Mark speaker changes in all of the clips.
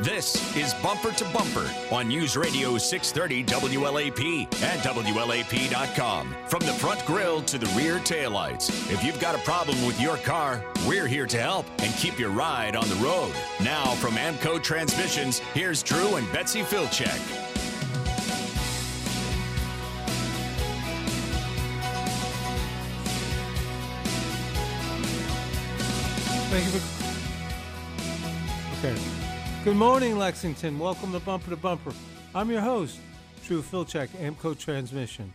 Speaker 1: This is Bumper to Bumper on News Radio 630 WLAP and WLAP.com. From the front grille to the rear taillights. If you've got a problem with your car, we're here to help and keep your ride on the road. Now from Amco Transmissions, here's Drew and Betsy Filchek.
Speaker 2: Thank you for. Okay. Good morning, Lexington. Welcome to Bumper to Bumper. I'm your host, Drew Filchek, Amco Transmission,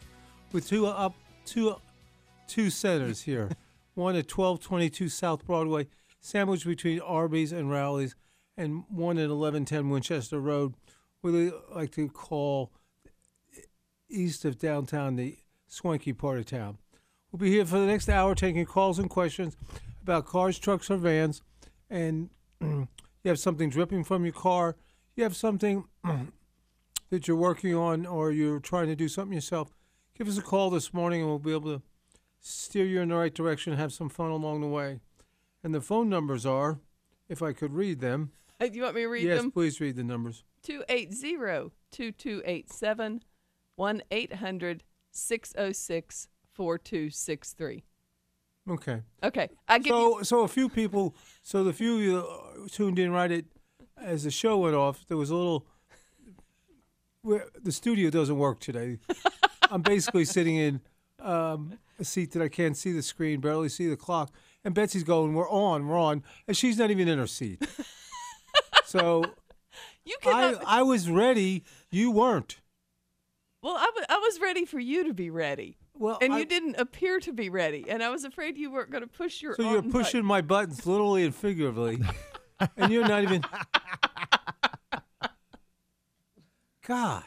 Speaker 2: with two up two two centers here. one at 1222 South Broadway, sandwiched between Arby's and Rowley's, and one at 1110 Winchester Road, what they like to call east of downtown, the swanky part of town. We'll be here for the next hour taking calls and questions about cars, trucks, or vans. And you have something dripping from your car, you have something that you're working on, or you're trying to do something yourself. Give us a call this morning and we'll be able to steer you in the right direction and have some fun along the way. And the phone numbers are, if I could read them,
Speaker 3: Do you want me to read
Speaker 2: yes,
Speaker 3: them?
Speaker 2: please read the numbers.
Speaker 3: 280 2287 1 800 606 4263.
Speaker 2: Okay.
Speaker 3: Okay. I give you.
Speaker 2: so, so a few people, so the few of you that tuned in right at, as the show went off, there was a little. Where the studio doesn't work today. I'm basically sitting in um, a seat that I can't see the screen, barely see the clock, and Betsy's going, "We're on, we're on," and she's not even in her seat. so
Speaker 3: You
Speaker 2: I,
Speaker 3: cannot.
Speaker 2: I was ready. You weren't.
Speaker 3: well, I wa- I was ready for you to be ready.
Speaker 2: Well,
Speaker 3: and
Speaker 2: I-
Speaker 3: you didn't appear to be ready. And I was afraid you weren't going to push your
Speaker 2: So you're
Speaker 3: on
Speaker 2: pushing
Speaker 3: button.
Speaker 2: my buttons literally and figuratively, and you're not even. God,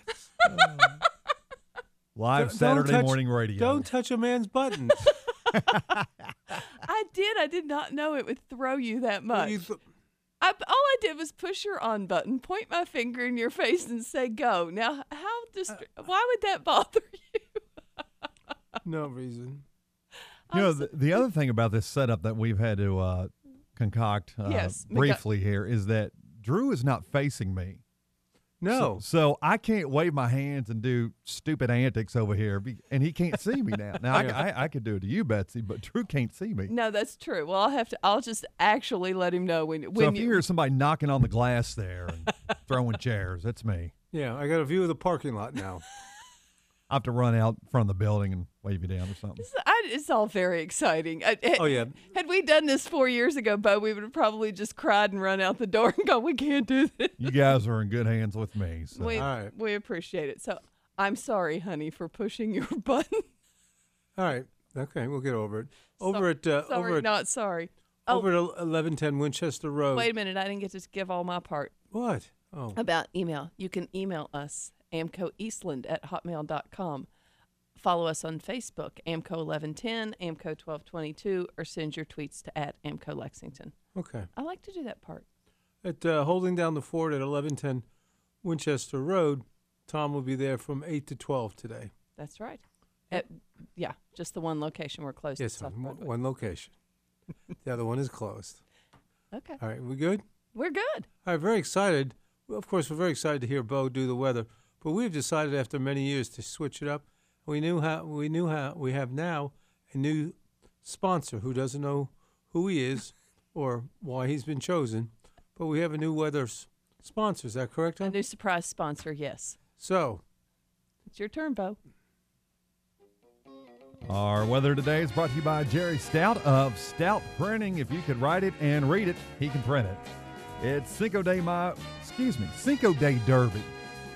Speaker 2: Don't-
Speaker 4: Live
Speaker 2: don't
Speaker 4: Saturday
Speaker 2: touch-
Speaker 4: morning radio.
Speaker 2: Don't touch a man's buttons.
Speaker 3: I did. I did not know it would throw you that much.
Speaker 2: You th-
Speaker 3: I, all I did was push your on button, point my finger in your face, and say go. Now, how
Speaker 2: Uh,
Speaker 3: dist- why would that bother you?
Speaker 2: no reason.
Speaker 4: you know,
Speaker 3: I'm so-
Speaker 4: the, the other thing about this setup that we've had to uh, concoct uh,
Speaker 3: Yes, make a-
Speaker 4: briefly here is that Drew is not facing me.
Speaker 2: No.
Speaker 4: So, so I can't wave my hands and do stupid antics over here, be- and he can't see me now. Now, I, I, I could do it to you, Betsy, but Drew can't see me.
Speaker 3: No, that's true. Well, I'll have to. I'll just actually let him know when
Speaker 4: so
Speaker 3: when
Speaker 4: if you
Speaker 3: you.
Speaker 4: hear somebody knocking on the glass there and throwing chairs, that's me.
Speaker 2: yeah, I got a view of the parking lot now.
Speaker 4: I have to run out in front of the building and wave you down or something.
Speaker 3: It's- I, it's all very exciting. I,
Speaker 2: Oh yeah.
Speaker 3: Had we done this four years ago, Bo, we would have probably just cried and run out the door and gone, "We can't do this."
Speaker 4: You guys are in good hands with me. So.
Speaker 3: We
Speaker 2: All right.
Speaker 3: we appreciate it. So I'm sorry, honey, for pushing your button.
Speaker 2: All right. Okay, we'll get over it. Over
Speaker 3: So-
Speaker 2: at uh,
Speaker 3: sorry,
Speaker 2: over at
Speaker 3: not sorry. Oh,
Speaker 2: over at eleven ten Winchester Road.
Speaker 3: wait a minute. I didn't get to give all my part.
Speaker 2: What? Oh,
Speaker 3: about email. You can email us, amcoeastland at hotmail.com. Follow us on Facebook, AMCO1110, AMCO1222, or send your tweets to at AMCO Lexington.
Speaker 2: okay.
Speaker 3: I like to do that part.
Speaker 2: At uh, holding down the fort at eleven ten Winchester Road. Tom will be there from eight to twelve today.
Speaker 3: That's right. At, yeah, just the one location we're close
Speaker 2: Yes,
Speaker 3: to. South
Speaker 2: on one-
Speaker 3: Broadway.
Speaker 2: one location. the other one is closed.
Speaker 3: Okay.
Speaker 2: All right, we good?
Speaker 3: We're good.
Speaker 2: All right, very excited. Well, of course, we're very excited to hear Bo do the weather, but we've decided after many years to switch it up. We knew how we knew how we have now a new sponsor who doesn't know who he is or why he's been chosen, but we have a new weather s- sponsor. Is that correct?
Speaker 3: A
Speaker 2: Tom?
Speaker 3: new surprise sponsor, yes.
Speaker 2: So
Speaker 3: It's your turn, Bo.
Speaker 4: Our weather today is brought to you by Jerry Stout of Stout Printing. If you could write it and read it, he can print it. It's Cinco de My, excuse me, Cinco de Derby.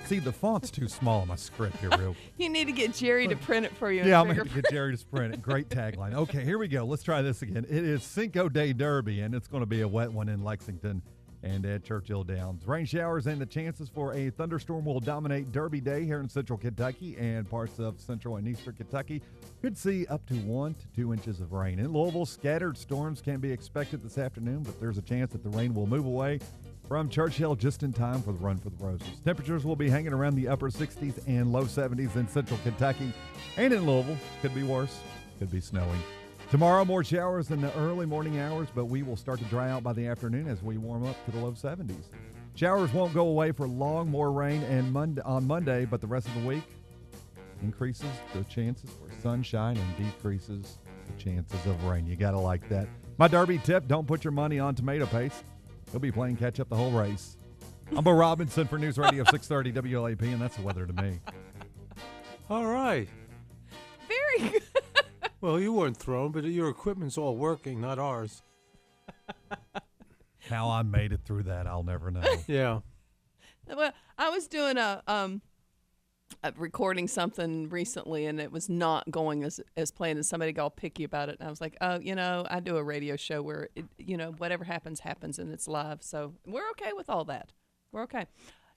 Speaker 4: See, the font's too small on my script here, real.
Speaker 3: You need to get Jerry to print it for you. and
Speaker 4: Yeah, I'm going
Speaker 3: figure-
Speaker 4: to get Jerry to print it. Great tagline. Okay, here we go. Let's try this again. It is Cinco de Derby, and it's going to be a wet one in Lexington and at Churchill Downs. Rain showers and the chances for a thunderstorm will dominate Derby Day here in central Kentucky and parts of central and eastern Kentucky. Could see up to one to two inches of rain. In Louisville, scattered storms can be expected this afternoon, but there's a chance that the rain will move away from Churchill just in time for the Run for the Roses. Temperatures will be hanging around the upper 60s and low 70s in central Kentucky and in Louisville. Could be worse, could be snowing. Tomorrow, more showers in the early morning hours, but we will start to dry out by the afternoon as we warm up to the low 70s. Showers won't go away for long, more rain and Monday, on Monday, but the rest of the week increases the chances for sunshine and decreases the chances of rain. You got to like that. My derby tip don't put your money on tomato paste. You'll be playing catch up the whole race. I'm Bo Robinson for News Radio 630 WLAP, and that's the weather to me.
Speaker 2: All right.
Speaker 3: Very good.
Speaker 2: Well, you weren't thrown, but your equipment's all working, not ours.
Speaker 4: How I made it through that, I'll never know.
Speaker 2: Yeah.
Speaker 3: Well, I was doing a um a recording something recently and it was not going as as planned and somebody got all picky about it and I was like, "Oh, you know, I do a radio show where it, you know, whatever happens happens and it's live." So, we're okay with all that. We're okay.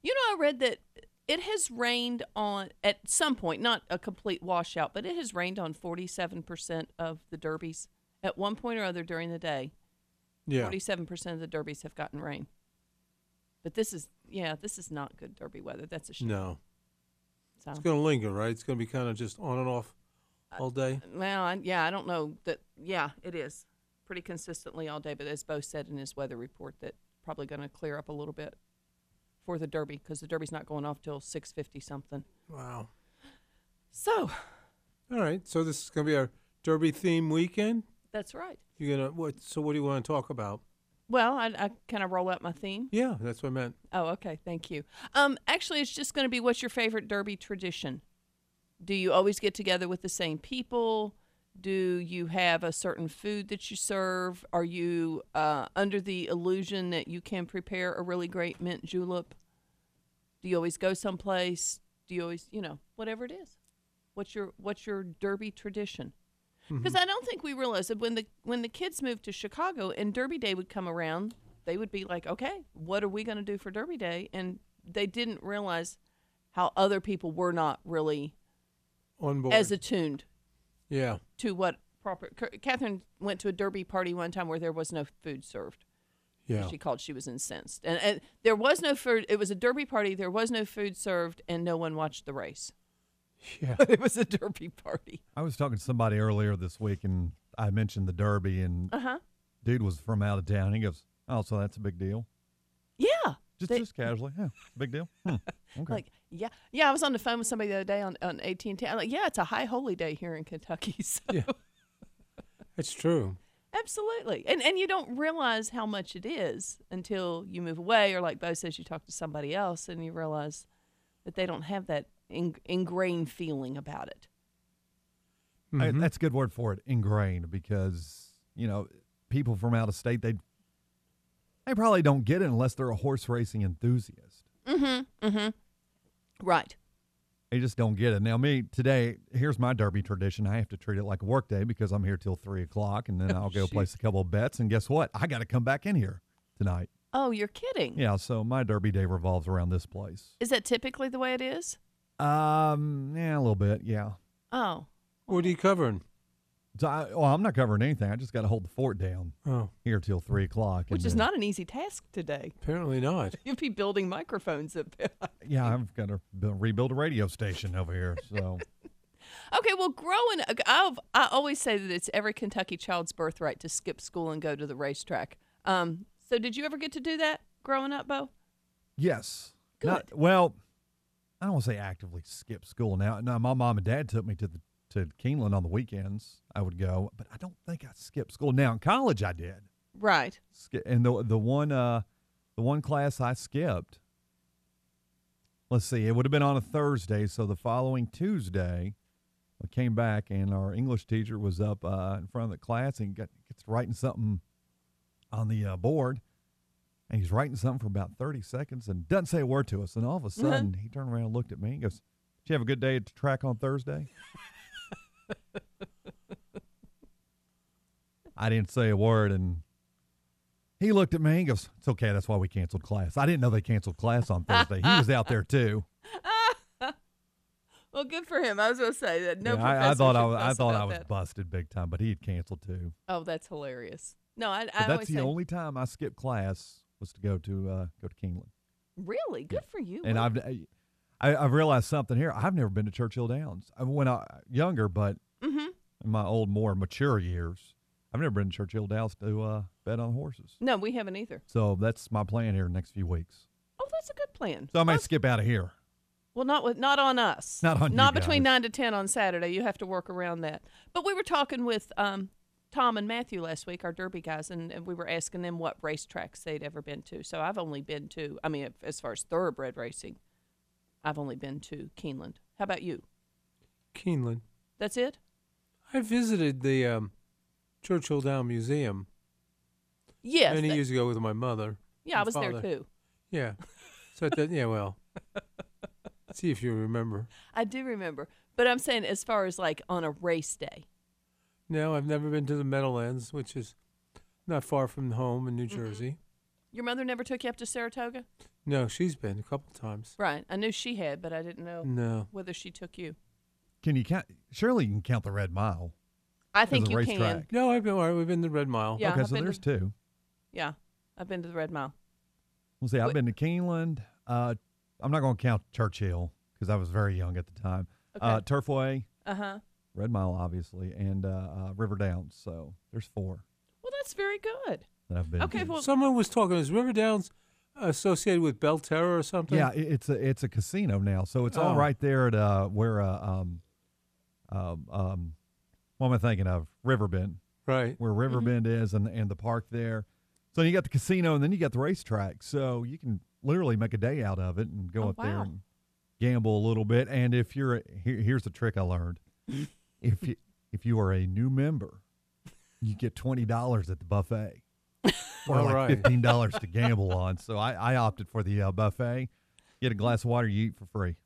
Speaker 3: You know, I read that it has rained on at some point, not a complete washout, but it has rained on 47% of the derbies at one point or other during the day.
Speaker 2: Yeah.
Speaker 3: Forty-seven percent of the derbies have gotten rain. But this is, yeah, this is not good derby weather. That's a shame.
Speaker 2: No.
Speaker 3: So,
Speaker 2: It's going to linger, right? It's going to be kind of just on and off all day.
Speaker 3: well, I, yeah, I don't know that. Yeah, it is pretty consistently all day. But as Bo said in his weather report, that probably going to clear up a little bit for the derby because the derby's not going off till six fifty something.
Speaker 2: Wow.
Speaker 3: So
Speaker 2: All right. So this is going to be our derby theme weekend.
Speaker 3: that's right.
Speaker 2: You're going to what so what do you want to talk about?
Speaker 3: Well, I, I kind of roll out my theme.
Speaker 2: Yeah, that's what I meant.
Speaker 3: Oh, okay. Thank you. Um, actually, it's just going to be what's your favorite derby tradition? Do you always get together with the same people? Do you have a certain food that you serve? Are you uh, under the illusion that you can prepare a really great mint julep? Do you always go someplace? Do you always, you know, whatever it is? What's your what's your derby tradition? Because I don't think we realized that when the when the kids moved to Chicago and Derby Day would come around, they would be like, "Okay, what are we going to do for Derby Day?" And they didn't realize how other people were not really
Speaker 2: On board.
Speaker 3: as attuned
Speaker 2: yeah.
Speaker 3: to what proper. C- Catherine went to a Derby party one time where there was no food served.
Speaker 2: Yeah.
Speaker 3: She called. She was incensed, and, and there was no food. It was a Derby party. There was no food served, and no one watched the race.
Speaker 2: Yeah.
Speaker 3: But it was a Derby party.
Speaker 4: I was talking to somebody earlier this week, and I mentioned the Derby, and
Speaker 3: Uh huh.
Speaker 4: dude was from out of town. He goes, "Oh, so that's a big deal."
Speaker 3: Yeah.
Speaker 4: Just,
Speaker 3: They-
Speaker 4: just casually, yeah, it's a big deal. Hmm, Okay.
Speaker 3: Like, yeah, yeah. I was on the phone with somebody the other day on on AT and T. I'm like, yeah, it's a high holy day here in Kentucky. So
Speaker 2: Yeah. That's true.
Speaker 3: absolutely, and and you don't realize how much it is until you move away, or like Bo says, you talk to somebody else and you realize that they don't have that in, ingrained feeling about it.
Speaker 4: I-
Speaker 3: Mm-hmm.
Speaker 2: Mhm.
Speaker 4: that's a good word for it, ingrained, because you know people from out of state they they probably don't get it unless they're a horse racing enthusiast.
Speaker 3: Mm-hmm. Mm-hmm. Right.
Speaker 4: They just don't get it. Now, me today, here's my Derby tradition. I have to treat it like a work day because I'm here till three o'clock, and then
Speaker 3: Oh,
Speaker 4: I'll go place a couple of bets. And guess what? I got to come back in here tonight.
Speaker 3: Oh, you're kidding.
Speaker 4: Yeah, so my Derby day revolves around this place.
Speaker 3: Is that typically the way it is?
Speaker 4: Um, yeah, a little bit, yeah.
Speaker 3: Oh,
Speaker 2: What are you covering?
Speaker 4: So I, well, I'm not covering anything. I just got to hold the fort down
Speaker 2: Oh,
Speaker 4: here till three o'clock.
Speaker 3: which
Speaker 4: and
Speaker 3: is
Speaker 4: then-
Speaker 3: not an easy task today.
Speaker 2: apparently not.
Speaker 3: You'd be building microphones up there.
Speaker 4: Yeah, I've got to bu- rebuild a radio station over here. So
Speaker 3: Okay, well, growing, I've, I always say that it's every Kentucky child's birthright to skip school and go to the racetrack. Um, so, did you ever get to do that growing up, Bo?
Speaker 4: yes, Not, well, I don't want to say actively skip school now. Now my mom and dad took me to the to Keeneland on the weekends. I would go, but I don't think I skipped school. Now in college, I did.
Speaker 3: Right.
Speaker 4: Ski- And the the one uh the one class I skipped. Let's see, it would have been on a Thursday, so the following Tuesday, I came back and our English teacher was up uh, in front of the class and got, gets writing something on the uh, board. And he's writing something for about 30 seconds and doesn't say a word to us. And all of a sudden, he turned around and looked at me and goes, Did you have a good day at the track on Thursday? I didn't say a word. And he looked at me and goes, It's okay. That's why we canceled class. I didn't know they canceled class on Thursday. He was out there too.
Speaker 3: Well, good for him. I was going to say that no
Speaker 4: Yeah, I, I
Speaker 3: professor
Speaker 4: thought I
Speaker 3: should
Speaker 4: was, I
Speaker 3: fuss
Speaker 4: thought I
Speaker 3: about
Speaker 4: was
Speaker 3: that.
Speaker 4: busted big time, but he had canceled too.
Speaker 3: Oh, that's hilarious. No, I, I
Speaker 4: But that's
Speaker 3: always
Speaker 4: the
Speaker 3: say,
Speaker 4: only time I skipped class was to go to uh, go to Kingland.
Speaker 3: really good for you.
Speaker 4: And
Speaker 3: Well,
Speaker 4: I've I, I've realized something here. I've never been to Churchill Downs. I, when I younger, but
Speaker 3: Mhm.
Speaker 4: in my old, more mature years, I've never been to Churchill Downs to uh, bet on horses.
Speaker 3: no, we haven't either. Oh,
Speaker 4: So that's my plan here in the next few weeks.
Speaker 3: that's a good plan.
Speaker 4: So I might skip out of here.
Speaker 3: Well, not with not on us.
Speaker 4: Not on you
Speaker 3: Not between
Speaker 4: guys.
Speaker 3: nine to ten on Saturday. You have to work around that. But we were talking with um, Tom and Matthew last week, our Derby guys, and, and we were asking them what racetracks they'd ever been to. So I've only been to. I mean, if- as far as thoroughbred racing, I've only been to Keeneland. How about you?
Speaker 2: Keeneland.
Speaker 3: That's it.
Speaker 2: I visited the um, Churchill Down Museum
Speaker 3: Yes.
Speaker 2: many
Speaker 3: that-
Speaker 2: years ago with my mother.
Speaker 3: yeah, I
Speaker 2: and
Speaker 3: was there
Speaker 2: father.
Speaker 3: too.
Speaker 2: Yeah. So at that, yeah, well, see if you remember.
Speaker 3: I do remember. But I'm saying, as far as like on a race day,
Speaker 2: No, I've never been to the Meadowlands, which is not far from home in New
Speaker 3: Mm-hmm.
Speaker 2: Jersey.
Speaker 3: your mother never took you up to Saratoga,
Speaker 2: No, she's been a couple times.
Speaker 3: right? I knew she had, but I didn't know
Speaker 2: No.
Speaker 3: whether she took you.
Speaker 4: Can you count? Surely you can count the red mile.
Speaker 3: I think
Speaker 4: a
Speaker 3: you can.
Speaker 4: racetrack.
Speaker 2: No, I've been. all right, We've been to Red Mile.
Speaker 3: Yeah,
Speaker 4: okay,
Speaker 3: I've
Speaker 4: so
Speaker 3: been to-
Speaker 4: there's two.
Speaker 3: Yeah, I've been to the Red Mile.
Speaker 4: We'll see. I've
Speaker 3: Wait.
Speaker 4: been to Keeneland. Uh, I'm not going to count Churchill because I was very young at the time. Uh,
Speaker 3: Okay.
Speaker 4: Turfway,
Speaker 3: Uh huh.
Speaker 4: Red Mile, obviously, and uh, uh, River Downs. So there's four
Speaker 3: Well, that's very good.
Speaker 4: that I've been.
Speaker 3: Okay,
Speaker 4: to.
Speaker 3: well,
Speaker 2: Someone was talking. Is River Downs associated with Bell Terror or something?
Speaker 4: yeah, i- it's a it's a casino now, so it's all
Speaker 2: Oh.
Speaker 4: right there at uh, where uh, um, um, um, what am I thinking of? Riverbend,
Speaker 2: Right.
Speaker 4: where Riverbend is, and and the park there. So you got the casino, and then you got the racetrack. So you can literally make a day out of it and go
Speaker 3: Oh,
Speaker 4: up there
Speaker 3: wow.
Speaker 4: and gamble a little bit. And if you're a, here, here's the trick I learned: if you if you are a new member, you get twenty dollars at the buffet. Or
Speaker 2: All
Speaker 4: like
Speaker 2: right.
Speaker 4: fifteen dollars to gamble on, so I, I opted for the uh, buffet. Get a glass of water, you eat for free.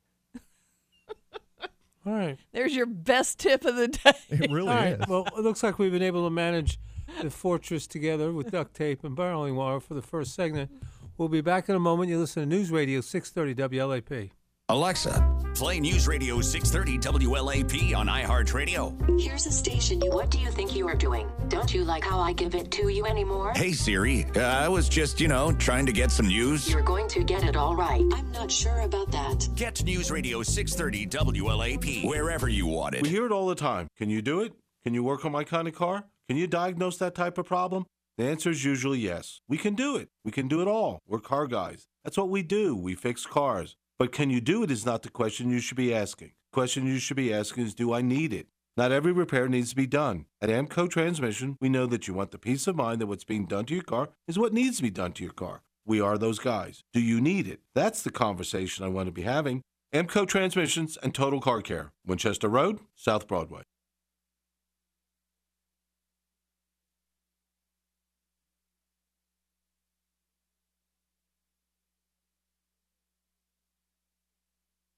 Speaker 2: All right.
Speaker 3: there's your best tip of the day.
Speaker 4: It really
Speaker 2: All
Speaker 4: is.
Speaker 2: right. Well, it looks like we've been able to manage the fortress together with duct tape and barreling wire for the first segment. We'll be back in a moment. You listen to News Radio 630 WLAP.
Speaker 5: Alexa, play News Radio 630 WLAP on iHeartRadio.
Speaker 6: Here's a station you. What do you think you are doing? Don't you like how I give it to you anymore?
Speaker 5: Hey Siri, uh, I was just, you know, trying to get some news.
Speaker 6: You're going to get it all right. I'm not sure about that.
Speaker 5: Get News Radio 630 WLAP wherever you want
Speaker 7: We
Speaker 5: it.
Speaker 7: hear it all the time. Can you do it? Can you work on my kind of car? Can you diagnose that type of problem? The answer is usually yes. We can do it. We can do it all. We're car guys. That's what we do. We fix cars. But can you do it is not the question you should be asking. The question you should be asking is do I need it? Not every repair needs to be done. At Amco Transmission, we know that you want the peace of mind that what's being done to your car is what needs to be done to your car. We are those guys. Do you need it? That's the conversation I want to be having. Amco Transmissions and Total Car Care, Winchester Road, South Broadway.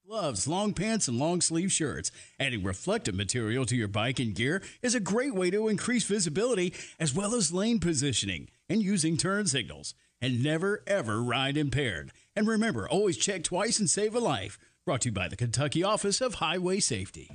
Speaker 8: Gloves, long pants, and long sleeve shirts. Adding reflective material to your bike and gear is a great way to increase visibility as well as lane positioning and using turn signals. And never, ever ride impaired. And remember, always check twice and save a life. Brought to you by the Kentucky Office of Highway Safety.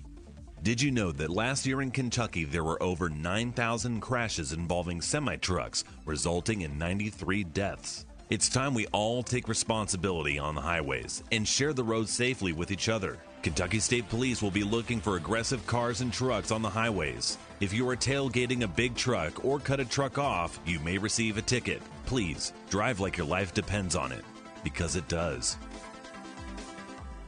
Speaker 1: Did you know that last year in Kentucky there were over 9,000 crashes involving semi trucks, resulting in 93 deaths? It's time we all take responsibility on the highways and share the roads safely with each other. Kentucky State Police will be looking for aggressive cars and trucks on the highways. If you are tailgating a big truck or cut a truck off, you may receive a ticket. Please drive like your life depends on it, because it does.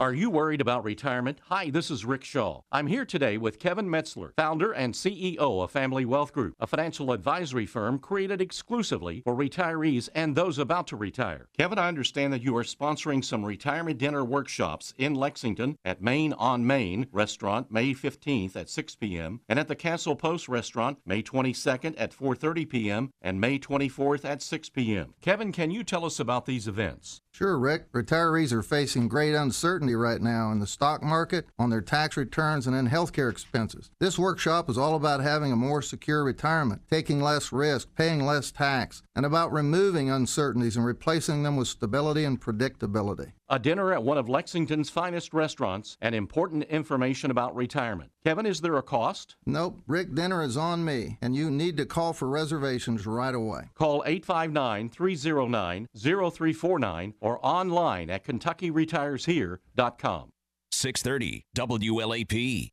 Speaker 9: Are you worried about retirement? Hi, this is Rick Shaw. I'm here today with Kevin Metzler, founder and CEO of Family Wealth Group, a financial advisory firm created exclusively for retirees and those about to retire. Kevin, I understand that you are sponsoring some retirement dinner workshops in Lexington at Maine on Main Restaurant May 15th at 6 p.m. and at the Castle Post Restaurant May 22nd at 4:30 p.m. and May 24th at 6 p.m. Kevin, can you tell us about these events?
Speaker 10: Sure, Rick. Retirees are facing great uncertainty right now in the stock market, on their tax returns, and in healthcare expenses. This workshop is all about having a more secure retirement, taking less risk, paying less tax, and about removing uncertainties and replacing them with stability and predictability.
Speaker 9: a dinner at one of Lexington's finest restaurants, and important information about retirement. Kevin, is there a cost?
Speaker 10: Nope, Rick, dinner is on me, and you need to call for reservations right away.
Speaker 9: Call 859 309 0349 or online at KentuckyRetiresHere.com.
Speaker 5: 630 WLAP.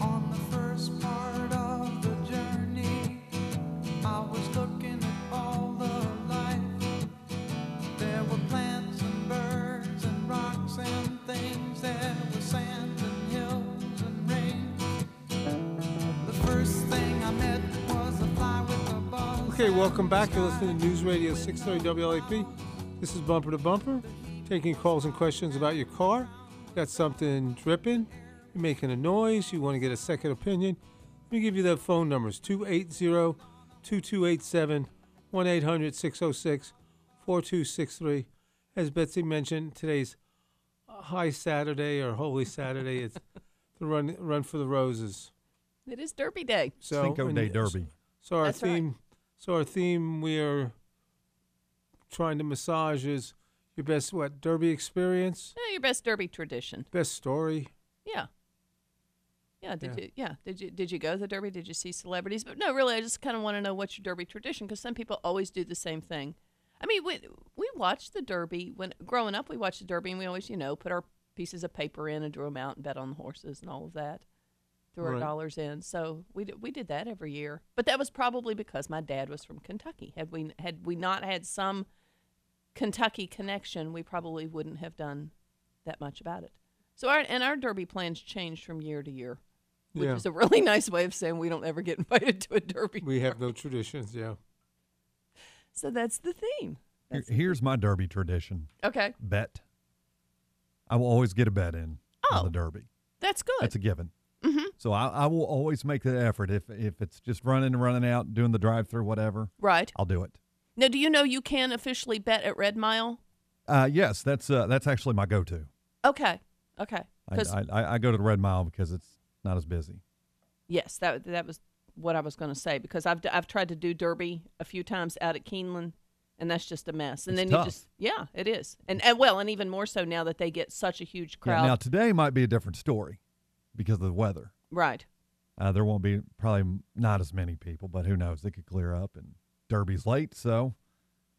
Speaker 11: On the first part of the journey,
Speaker 12: first thing I met was a fly with a buzz.
Speaker 2: Okay, welcome back. You're listening to News Radio 630 WLAP. This is Bumper to Bumper, taking calls and questions about your car. Got something dripping, you're making a noise, you want to get a second opinion. Let me give you the phone numbers 280 2287 1 800 606 4263. As Betsy mentioned, today's High Saturday or Holy Saturday. it's the run, run for the Roses.
Speaker 3: It is Derby Day.
Speaker 2: So
Speaker 4: Cinco
Speaker 2: and
Speaker 4: de
Speaker 2: it-
Speaker 4: Derby.
Speaker 2: So our
Speaker 3: That's right.
Speaker 2: theme, so our theme, we are trying to massage is your best what derby experience,
Speaker 3: Yeah, your best Derby tradition.
Speaker 2: best story.
Speaker 3: Yeah. Yeah. Did
Speaker 2: Yeah.
Speaker 3: you? Yeah. Did you? Did you go to the Derby? Did you see celebrities? But no, really, I just kind of want to know what's your Derby tradition because some people always do the same thing. I mean, we we watched the Derby when growing up. We watched the Derby and we always, you know, put our pieces of paper in and drew them out and bet on the horses and all of that. Threw
Speaker 2: Right.
Speaker 3: our dollars in, so we d- we did that every year. But that was probably because my dad was from Kentucky. Had we had we not had some Kentucky connection, we probably wouldn't have done that much about it. So our and our derby plans changed from year to year, which
Speaker 2: Yeah.
Speaker 3: is a really nice way of saying we don't ever get invited to a derby.
Speaker 2: We have no traditions. Yeah.
Speaker 3: So that's the theme.
Speaker 4: Here- Here's my Derby tradition
Speaker 3: Okay,
Speaker 4: bet. I will always get a bet in on
Speaker 3: Oh.
Speaker 4: the Derby.
Speaker 3: that's good.
Speaker 4: That's a given.
Speaker 3: Mhm.
Speaker 4: So I, I will always make the effort. If if it's just running and running out, doing the drive through, whatever,
Speaker 3: right
Speaker 4: I'll do it.
Speaker 3: now, do you know you can officially bet at Red Mile?
Speaker 4: Uh, yes, that's uh, that's actually my go to.
Speaker 3: Okay, okay,
Speaker 4: I,
Speaker 3: because
Speaker 4: I, I- I go to the Red Mile because it's not as busy.
Speaker 3: yes, that that was what I was going to say because I've d- I've tried to do derby a few times out at Keeneland. And that's just a mess. And
Speaker 4: It's
Speaker 3: then
Speaker 4: tough.
Speaker 3: you just, yeah, it is. And, and well, and even more so now that they get such a huge
Speaker 4: Yeah,
Speaker 3: crowd.
Speaker 4: now today might be a different story because of the weather.
Speaker 3: right.
Speaker 4: Uh, there won't be probably not as many people, but who knows? It could clear up and Derby's late, so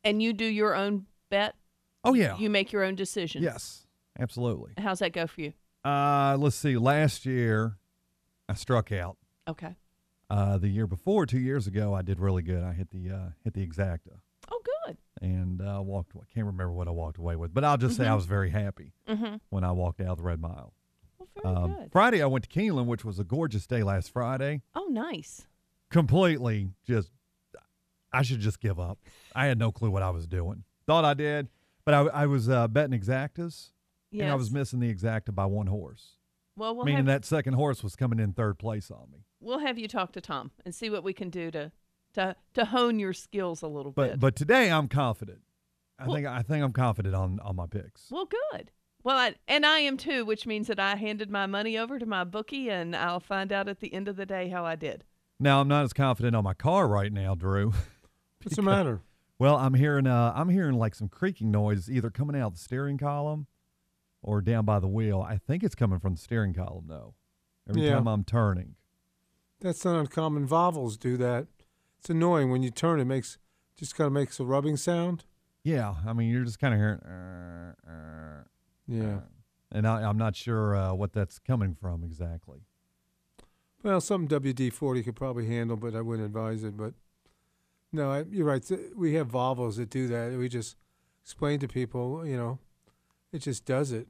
Speaker 3: And you do your own bet.
Speaker 4: oh yeah,
Speaker 3: You make your own decision.
Speaker 4: yes, absolutely.
Speaker 3: How's that go for you?
Speaker 4: Uh, let's see. Last year, I struck out.
Speaker 3: Okay.
Speaker 4: Uh, the year before, two years ago, I did really good. I hit the uh, hit the exacta
Speaker 3: Oh, good.
Speaker 4: and uh, walked. I can't remember what I walked away with, but I'll just say I was very happy
Speaker 3: Mm-hmm.
Speaker 4: when I walked out of the Red Mile.
Speaker 3: Well, very
Speaker 4: Um,
Speaker 3: good.
Speaker 4: Friday, I went to Keeneland, which was a gorgeous day last Friday.
Speaker 3: Oh, nice.
Speaker 4: Completely just, I should just give up. I had no clue what I was doing. Thought I did, but I, I was uh, betting exactas,
Speaker 3: Yes.
Speaker 4: and I was missing the exacta by one horse.
Speaker 3: well, we'll
Speaker 4: meaning
Speaker 3: have,
Speaker 4: that second horse was coming in third place on me.
Speaker 3: we'll have you talk to Tom and see what we can do to to, to hone your skills a little
Speaker 4: But
Speaker 3: bit.
Speaker 4: but today I'm confident. I
Speaker 3: Well-
Speaker 4: think I think I'm confident on on my picks.
Speaker 3: well, good. Well, I, and I am too, which means that I handed my money over to my bookie, and I'll find out at the end of the day how I did.
Speaker 4: Now I'm not as confident on my car right now, Drew.
Speaker 2: What's the matter?
Speaker 4: Well, I'm hearing uh I'm hearing like some creaking noise either coming out of the steering column or down by the wheel. I think it's coming from the steering column though. Every
Speaker 2: Yeah.
Speaker 4: time I'm turning.
Speaker 2: That's not uncommon. Vowels do that. It's annoying when you turn. It makes just kind of makes a rubbing sound.
Speaker 4: Yeah, I mean you're just kind of hearing uh, uh,
Speaker 2: Yeah.
Speaker 4: uh, and I, I'm not sure uh, what that's coming from exactly.
Speaker 2: Well, some WD forty could probably handle, but I wouldn't advise it. But no, I, you're right. Th- We have Volvos that do that. We just explain to people, you know, it just does it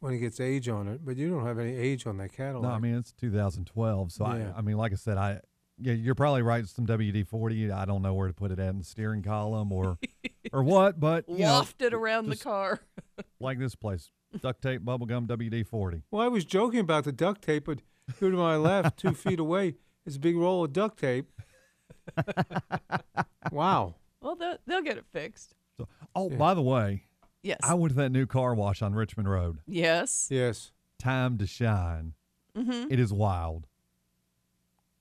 Speaker 2: when it gets age on it. But you don't have any age on that Cadillac.
Speaker 4: No, I mean it's 2012. So
Speaker 2: Oh, Yeah.
Speaker 4: I, I mean, like I said, I yeah, you're probably right. Some WD-40. I don't know where to put it at in the steering column or or what, but you know,
Speaker 3: Wafted around
Speaker 4: just
Speaker 3: the car.
Speaker 4: like this place, duct tape, bubble gum, WD-40.
Speaker 2: well, I was joking about the duct tape, but here to my left, two feet away, is a big roll of duct tape. wow.
Speaker 3: Well, they'll, they'll get it fixed.
Speaker 4: So, oh,
Speaker 2: Yeah.
Speaker 4: by the way,
Speaker 3: Yes.
Speaker 4: I went to that new car wash on Richmond Road.
Speaker 3: yes.
Speaker 2: Yes.
Speaker 4: Time to shine.
Speaker 3: Mm-hmm.
Speaker 4: It is wild.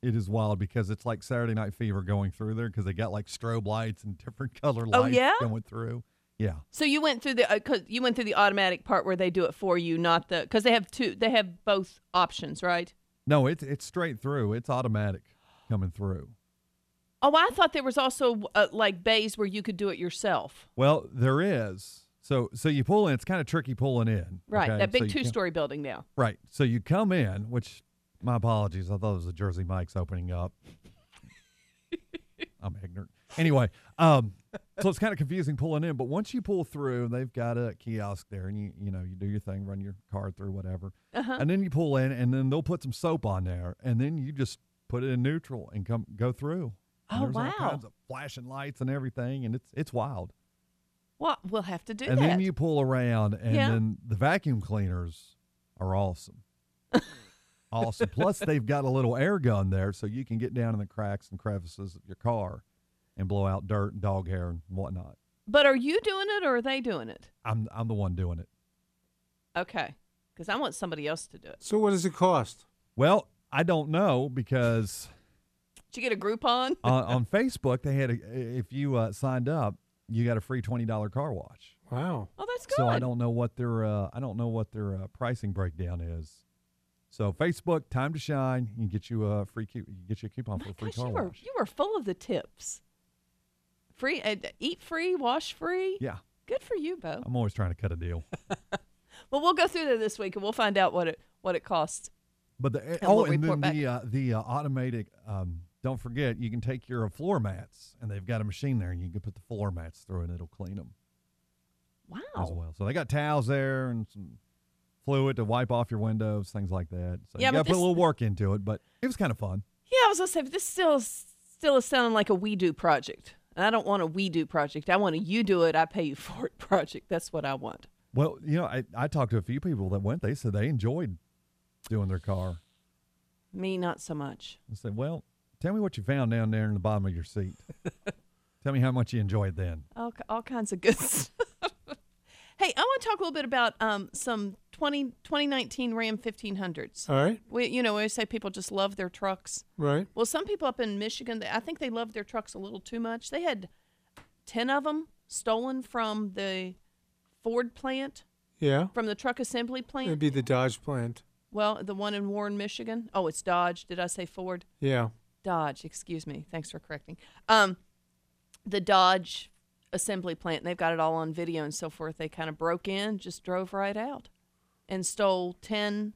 Speaker 4: It is wild because it's like Saturday Night Fever going through there because they got like strobe lights and different color lights
Speaker 3: Oh, yeah?
Speaker 4: going through. Yeah.
Speaker 3: So you went through the uh, 'cause you went through the automatic part where they do it for you, not the because they have two they have both options, right?
Speaker 4: No, it's it's straight through. It's automatic coming through.
Speaker 3: Oh, I thought there was also uh, like bays where you could do it yourself.
Speaker 4: Well, there is. So so you pull in. It's kind of tricky pulling in.
Speaker 3: Right,
Speaker 4: okay?
Speaker 3: that
Speaker 4: So
Speaker 3: big
Speaker 4: you come-
Speaker 3: two story building now.
Speaker 4: Right. So you come in, which my apologies. I thought it was the Jersey Mike's opening up. I'm ignorant. Anyway, um, so it's kind of confusing pulling in, but once you pull through, they've got a kiosk there, and you you know you do your thing,
Speaker 3: Uh-huh.
Speaker 4: run your card through, whatever, and then you pull in, and then they'll put some soap on there, and then you just put it in neutral, and come go through. And
Speaker 3: Oh,
Speaker 4: there's all kinds
Speaker 3: wow.
Speaker 4: of flashing lights and everything, and it's it's wild.
Speaker 3: Well, we'll have to do
Speaker 4: and
Speaker 3: that.
Speaker 4: then you pull around, and
Speaker 3: Yeah.
Speaker 4: then the vacuum cleaners are awesome. awesome. Plus, they've got a little air gun there, so you can get down in the cracks and crevices of your car and blow out dirt and dog hair and whatnot.
Speaker 3: but are you doing it or are they doing it?
Speaker 4: I'm I'm the one doing it.
Speaker 3: Okay. Because I want somebody else to do it.
Speaker 2: So what does it cost?
Speaker 4: Well, I don't know because
Speaker 3: Did you get a Groupon?
Speaker 4: on, on Facebook they had a, if you uh, signed up, you got a free twenty dollar car wash.
Speaker 2: Wow.
Speaker 3: oh, that's good.
Speaker 4: So I don't know what their uh, I don't know what their uh, pricing breakdown is. So Facebook, time to shine, and get you a free cu- you get you a coupon for a free
Speaker 3: Gosh,
Speaker 4: car
Speaker 3: you were
Speaker 4: wash.
Speaker 3: you were full of the tips. Free, uh, eat free, wash free.
Speaker 4: Yeah,
Speaker 3: Good for you, Bo.
Speaker 4: I'm always trying to cut a deal.
Speaker 3: Well, we'll go through there this week and we'll find out what it what it costs.
Speaker 4: But the
Speaker 3: we'll
Speaker 4: oh, and then
Speaker 3: report
Speaker 4: the uh, the uh, automatic. Um, don't forget, you can take your uh, floor mats, and they've got a machine there, and you can put the floor mats through, and it'll clean them.
Speaker 3: Wow.
Speaker 4: as well. So they got towels there and some fluid to wipe off your windows, things like that. So
Speaker 3: Yeah,
Speaker 4: you
Speaker 3: but
Speaker 4: got to put
Speaker 3: this-
Speaker 4: a little work into it, but it was kind of fun.
Speaker 3: Yeah, I was gonna say, but this still still is sounding like a we do project, and I don't want a we do project. I want a you do it, I pay you for it project. That's what I want.
Speaker 4: Well, you know, I, I talked to a few people that went. They said they enjoyed doing their car.
Speaker 3: Me, not so much.
Speaker 4: I said, well, tell me what you found down there in the bottom of your seat. tell me how much you enjoyed then.
Speaker 3: All ki- all kinds of good stuff. hey, I want to talk a little bit about um some 20, 2019 Ram fifteen hundreds.
Speaker 2: All right.
Speaker 3: We, you know, we always say people just love their trucks.
Speaker 2: Right.
Speaker 3: Well, some people up in Michigan, they- I think they love their trucks a little too much. They had 10 of them stolen from the Ford plant,
Speaker 2: Yeah.
Speaker 3: from the truck assembly plant.
Speaker 2: It'd be the Dodge plant.
Speaker 3: well, the one in Warren, Michigan. Oh, it's Dodge. Did I say Ford?
Speaker 2: Yeah.
Speaker 3: Dodge, excuse me. Thanks for correcting. Um, the Dodge assembly plant, and they've got it all on video and so forth. They kind of broke in, just drove right out and stole 10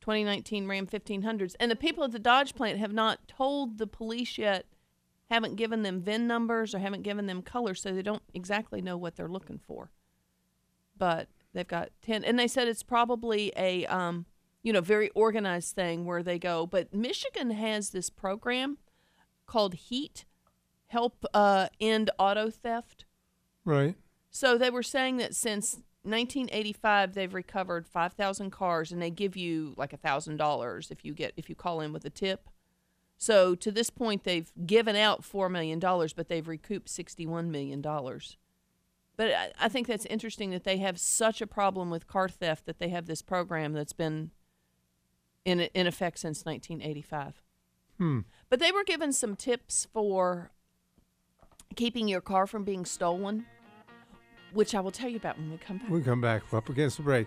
Speaker 3: 2019 Ram 1500s. And the people at the Dodge plant have not told the police yet, haven't given them VIN numbers or haven't given them colors, so they don't exactly know what they're looking for. But they've got 10, and they said it's probably a, um, you know, very organized thing where they go. But Michigan has this program called HEAT, Help uh, End Auto Theft.
Speaker 2: Right.
Speaker 3: So they were saying that since 1985, they've recovered 5,000 cars, and they give you like a thousand dollars if you get if you call in with a tip. So to this point, they've given out four million dollars, but they've recouped 61 million dollars. But I, I think that's interesting that they have such a problem with car theft that they have this program that's been in in effect since 1985.
Speaker 2: Hmm.
Speaker 3: But they were given some tips for keeping your car from being stolen, which I will tell you about when we come back.
Speaker 2: We come back. We're up against the break.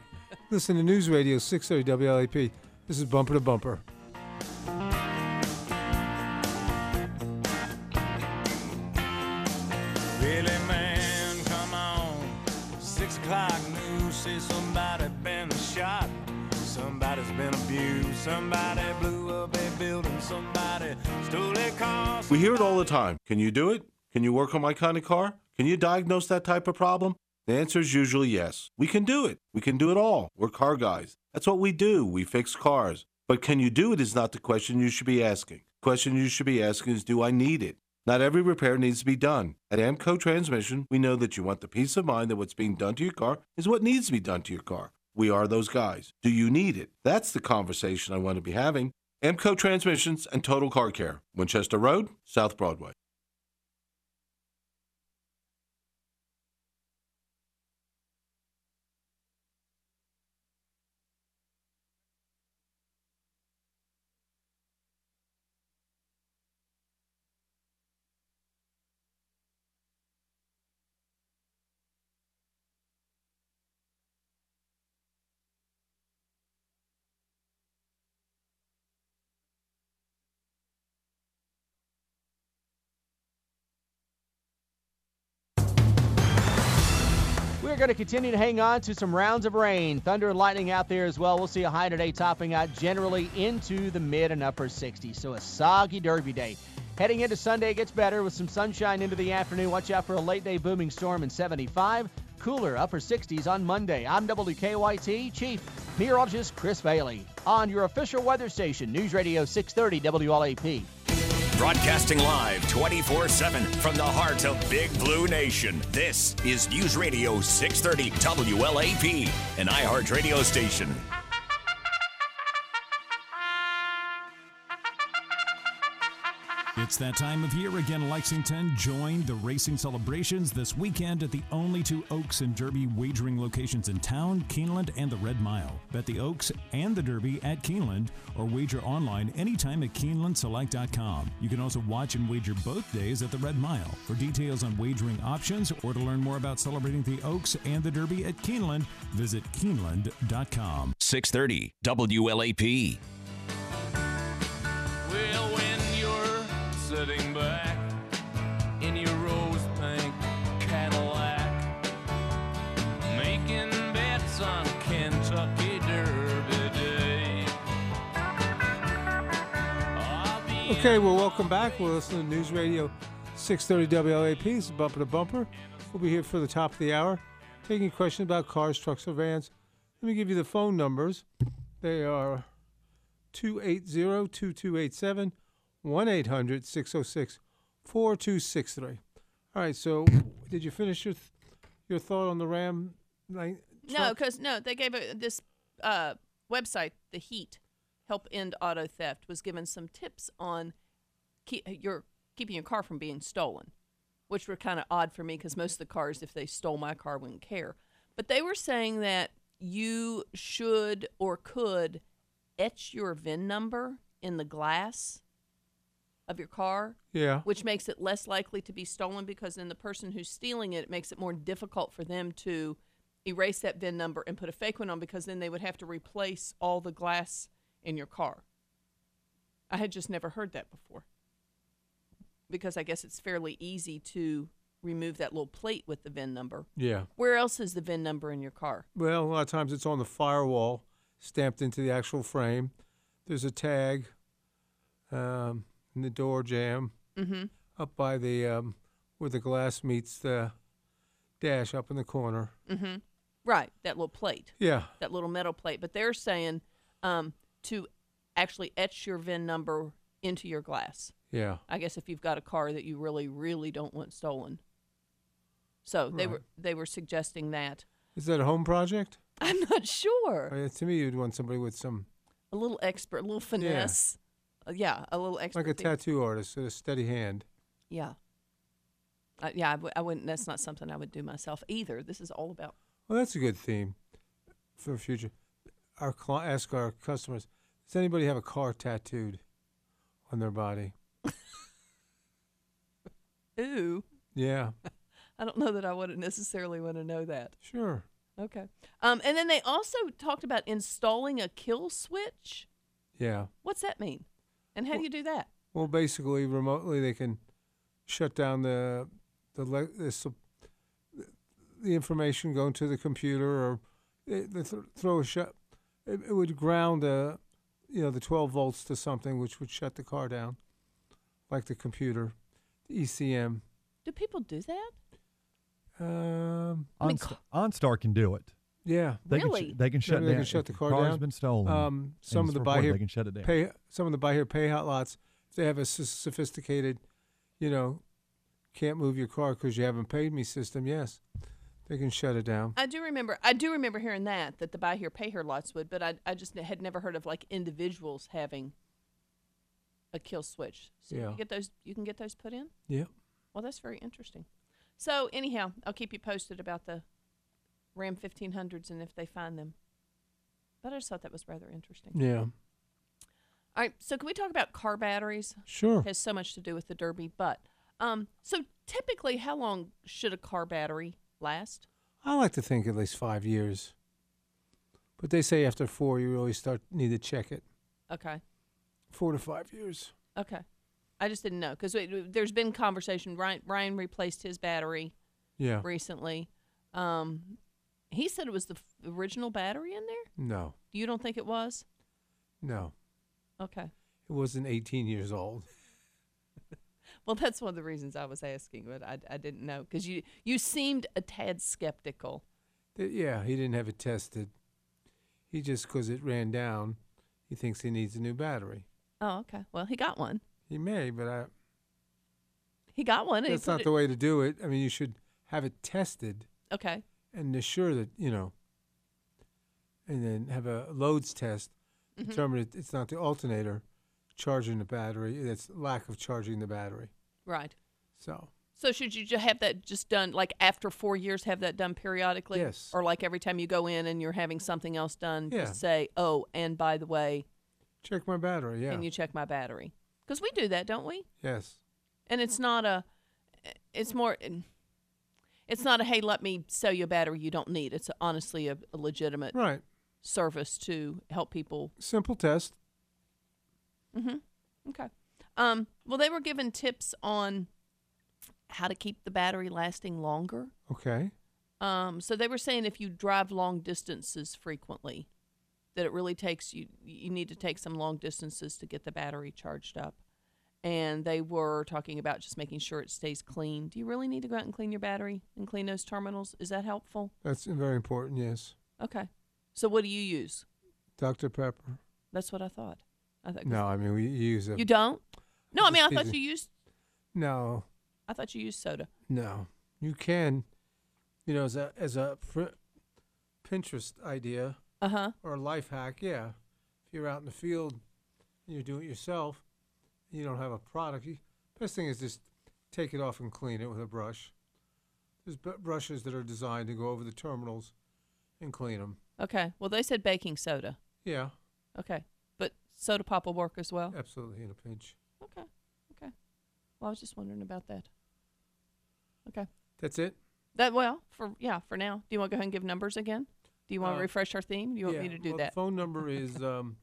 Speaker 2: Listen to News Radio 630 WLAP. This is Bumper to Bumper.
Speaker 13: Billy man, come on. Six o'clock news says somebody been shot. Somebody's been abused. Somebody blew up a building. Somebody stole a car.
Speaker 7: We hear it all the time. Can you do it? Can you work on my kind of car? Can you diagnose that type of problem? The answer is usually yes. We can do it. We can do it all. We're car guys. That's what we do. We fix cars. But can you do it is not the question you should be asking. question you should be asking is do I need it? Not every repair needs to be done. At Amco Transmission, we know that you want the peace of mind that what's being done to your car is what needs to be done to your car. We are those guys. Do you need it? That's the conversation I want to be having. Amco Transmissions and Total Car Care, Winchester Road, South Broadway.
Speaker 14: We're going to continue to hang on to some rounds of rain, thunder and lightning out there as well. We'll see a high today topping out generally into the mid and upper 60s. So a soggy derby day. Heading into Sunday, it gets better with some sunshine into the afternoon. Watch out for a late day booming storm in 75. Cooler upper 60s on Monday. I'm WKYT Chief Meteorologist Chris Bailey. on your official weather station, News Radio 630 WLAP.
Speaker 1: Broadcasting live 24 7 from the heart of Big Blue Nation. This is News Radio 630 WLAP, an iHeart radio station.
Speaker 8: It's that time of year again. Lexington joined the racing celebrations this weekend at the only two Oaks and Derby wagering locations in town, Keeneland and the Red Mile. Bet the Oaks and the Derby at Keeneland or wager online anytime at KeenelandSelect.com. You can also watch and wager both days at the Red Mile. For details on wagering options or to learn more about celebrating the Oaks and the Derby at Keeneland, visit Keeneland.com.
Speaker 1: 630 WLAP.
Speaker 13: Well, when you're sitting back in your rose pink Cadillac, making bets on Kentucky Derby Day.
Speaker 2: Okay, well, welcome back. We're listening to News Radio 630 WLAP. It's Bumper to Bumper. We'll be here for the top of the hour, taking questions about cars, trucks, or vans. Let me give you the phone numbers. They are 280 2287, 1 800 606 4263. All right, so did you finish your, th- your thought on the Ram? Like,
Speaker 3: No, because no, they gave a, this uh, website, The Heat, Help End Auto Theft, was given some tips on keep, your keeping your car from being stolen, which were kind of odd for me because most of the cars, if they stole my car, wouldn't care. But they were saying that you should or could etch your VIN number in the glass of your car.
Speaker 2: Yeah.
Speaker 3: Which makes it less likely to be stolen because then the person who's stealing it, it makes it more difficult for them to erase that VIN number and put a fake one on because then they would have to replace all the glass in your car. I had just never heard that before. Because I guess it's fairly easy to remove that little plate with the VIN number.
Speaker 2: Yeah.
Speaker 3: Where else is the VIN number in your car?
Speaker 2: Well, a lot of times it's on the firewall, stamped into the actual frame. There's a tag um, in the door jamb
Speaker 3: Mhm.
Speaker 2: up by the um, where the glass meets the dash up in the corner.
Speaker 3: Mm-hmm. Right, that little plate.
Speaker 2: Yeah.
Speaker 3: That little metal plate. But they're saying um, to actually etch your VIN number into your glass.
Speaker 2: Yeah.
Speaker 3: I guess if you've got a car that you really, really don't want stolen. So they were they were suggesting that.
Speaker 2: Is that a home project?
Speaker 3: I'm not sure.
Speaker 2: I mean, to me, you'd want somebody with some
Speaker 3: A little expert, a little finesse. Uh, Yeah, a little expert.
Speaker 2: like a
Speaker 3: thing.
Speaker 2: tattoo artist with a steady hand.
Speaker 3: Yeah. Uh, yeah, I, w- I wouldn't. That's not something I would do myself either. This is all about.
Speaker 2: Well, that's a good theme for the future. Our cli ask our customers: Does anybody have a car tattooed on their body?
Speaker 3: Ooh,
Speaker 2: Yeah.
Speaker 3: I don't know that I would necessarily want to know that.
Speaker 2: Sure.
Speaker 3: Okay. Um, and then they also talked about installing a kill switch.
Speaker 2: Yeah.
Speaker 3: What's that mean? And how do you do that?
Speaker 2: Well, basically, remotely they can shut down the the le- the, sup- the information going to the computer, or they, they th- throw a shut. It, it would ground uh you know the 12 volts to something, which would shut the car down, like the computer, the E ECM.
Speaker 3: Do people do that?
Speaker 2: Um,
Speaker 4: Onst- OnStar can do it.
Speaker 2: Yeah,
Speaker 4: They can sh- they can shut
Speaker 2: they
Speaker 4: down-
Speaker 2: Can shut the
Speaker 4: if
Speaker 2: car
Speaker 4: the car's
Speaker 2: down.
Speaker 4: been stolen
Speaker 2: Um,
Speaker 4: and
Speaker 2: some
Speaker 4: it's
Speaker 2: of the buy
Speaker 4: reported,
Speaker 2: here
Speaker 4: they can shut it down.
Speaker 2: Pay, some of the buy here pay hot lots. If they have a s- sophisticated, you know, can't move your car because you haven't paid me system. Yes, they can shut it down.
Speaker 3: I do remember. I do remember hearing that that the buy here pay here lots would, but I I just had never heard of like individuals having a kill switch. So you
Speaker 2: Yeah.
Speaker 3: can get those. You can get those put in.
Speaker 2: Yep.
Speaker 3: Well, that's very interesting. So anyhow, I'll keep you posted about the Ram 1500s and if they find them. But I just thought that was rather interesting.
Speaker 2: Yeah.
Speaker 3: All right, so can we talk about car batteries?
Speaker 2: Sure.
Speaker 3: Has so much to do with the Derby, but um, so typically, how long should a car battery last?
Speaker 2: I like to think at least five years. But they say after four, you really start need to check it.
Speaker 3: Okay,
Speaker 2: Four to five years.
Speaker 3: okay. I just didn't know because there's been conversation. Ryan, Ryan replaced his battery.
Speaker 2: Yeah.
Speaker 3: Recently, um, he said it was the f- original battery in there.
Speaker 2: No,
Speaker 3: You don't think it was?
Speaker 2: no,
Speaker 3: Okay.
Speaker 2: it wasn't 18 years old.
Speaker 3: Well, that's one of the reasons I was asking, but I, I didn't know because you you seemed a tad skeptical.
Speaker 2: Th- yeah, he didn't have it tested. He just because it ran down, He thinks he needs a new battery.
Speaker 3: Oh, okay. Well, he got one.
Speaker 2: He may, but I,
Speaker 3: He got one. and he
Speaker 2: that's
Speaker 3: put
Speaker 2: not
Speaker 3: it-
Speaker 2: the way to do it. I mean, you should have it tested
Speaker 3: Okay.
Speaker 2: and assure that you know, and then have a loads test,
Speaker 3: Mhm.
Speaker 2: determine it, it's not the alternator charging the battery. It's lack of charging the battery.
Speaker 3: Right.
Speaker 2: So
Speaker 3: So should you just have that just done like after four years? Have that done periodically?
Speaker 2: Yes.
Speaker 3: Or like every time you go in and you're having something else done,
Speaker 2: Yeah.
Speaker 3: just say, "Oh, and by the way,
Speaker 2: check my battery. Yeah.
Speaker 3: can you check my battery?" Because we do that, don't we?
Speaker 2: yes.
Speaker 3: And it's not a. It's more. It's not a hey, let me sell you a battery you don't need. It's honestly a, a legitimate
Speaker 2: Right.
Speaker 3: service to help people
Speaker 2: Simple test.
Speaker 3: Mm-hmm. Okay. Um, well, they were given tips on how to keep the battery lasting longer.
Speaker 2: Okay.
Speaker 3: Um, so they were saying if you drive long distances frequently, that it really takes you you need to take some long distances to get the battery charged up. And they were talking about just making sure it stays clean. Do you really need to go out and clean your battery and clean those terminals? Is that helpful?
Speaker 2: That's very important. Yes.
Speaker 3: Okay. So what do you use?
Speaker 2: Dr. Pepper.
Speaker 3: That's what I thought. I thought
Speaker 2: No, I mean we use it.
Speaker 3: You don't? No, I mean I
Speaker 2: Just
Speaker 3: thought
Speaker 2: easy.
Speaker 3: you used
Speaker 2: No.
Speaker 3: I thought you used soda.
Speaker 2: No, you can. You know, as a as a fr- Pinterest idea
Speaker 3: Uh-huh.
Speaker 2: or a life hack, yeah. If you're out in the field, and you do it yourself. You don't have a product. You, best thing is just take it off and clean it with a brush. There's b- brushes that are designed to go over the terminals and clean them.
Speaker 3: Okay. Well, they said baking soda.
Speaker 2: Yeah,
Speaker 3: Okay. But soda pop will work as well.
Speaker 2: absolutely in a pinch.
Speaker 3: Okay. Okay. Well, I was just wondering about that. Okay.
Speaker 2: That's it.
Speaker 3: That well for yeah for now. Do you want to go ahead and give numbers again? Do you want
Speaker 2: Uh,
Speaker 3: to refresh our theme? Do you want
Speaker 2: Yeah,
Speaker 3: me to do
Speaker 2: well,
Speaker 3: that?
Speaker 2: The phone number is um,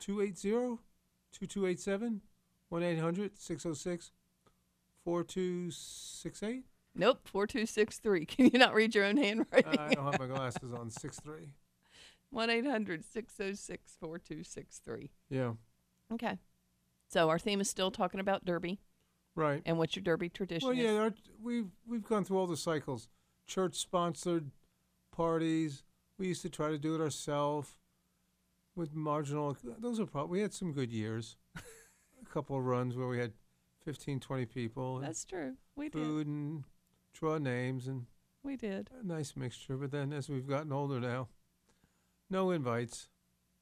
Speaker 2: 280-2287, 1-800-606-4268.
Speaker 3: Nope. Four two six three. Can you not read your own handwriting?
Speaker 2: I don't have my glasses Uh, on, Six three.
Speaker 3: One oh 4263
Speaker 2: Yeah,
Speaker 3: Okay. So our theme is still talking about Derby
Speaker 2: right.
Speaker 3: and what your Derby tradition
Speaker 2: Well,
Speaker 3: is.
Speaker 2: yeah, our, we've, we've gone through all the cycles. Church-sponsored parties. We used to try to do it ourselves with marginal. Those are probably, we had some good years. A couple of runs where we had 15, 20 people. and
Speaker 3: That's true. We did.
Speaker 2: Food and draw names and
Speaker 3: We did.
Speaker 2: a nice mixture. But then as we've gotten older now, no invites.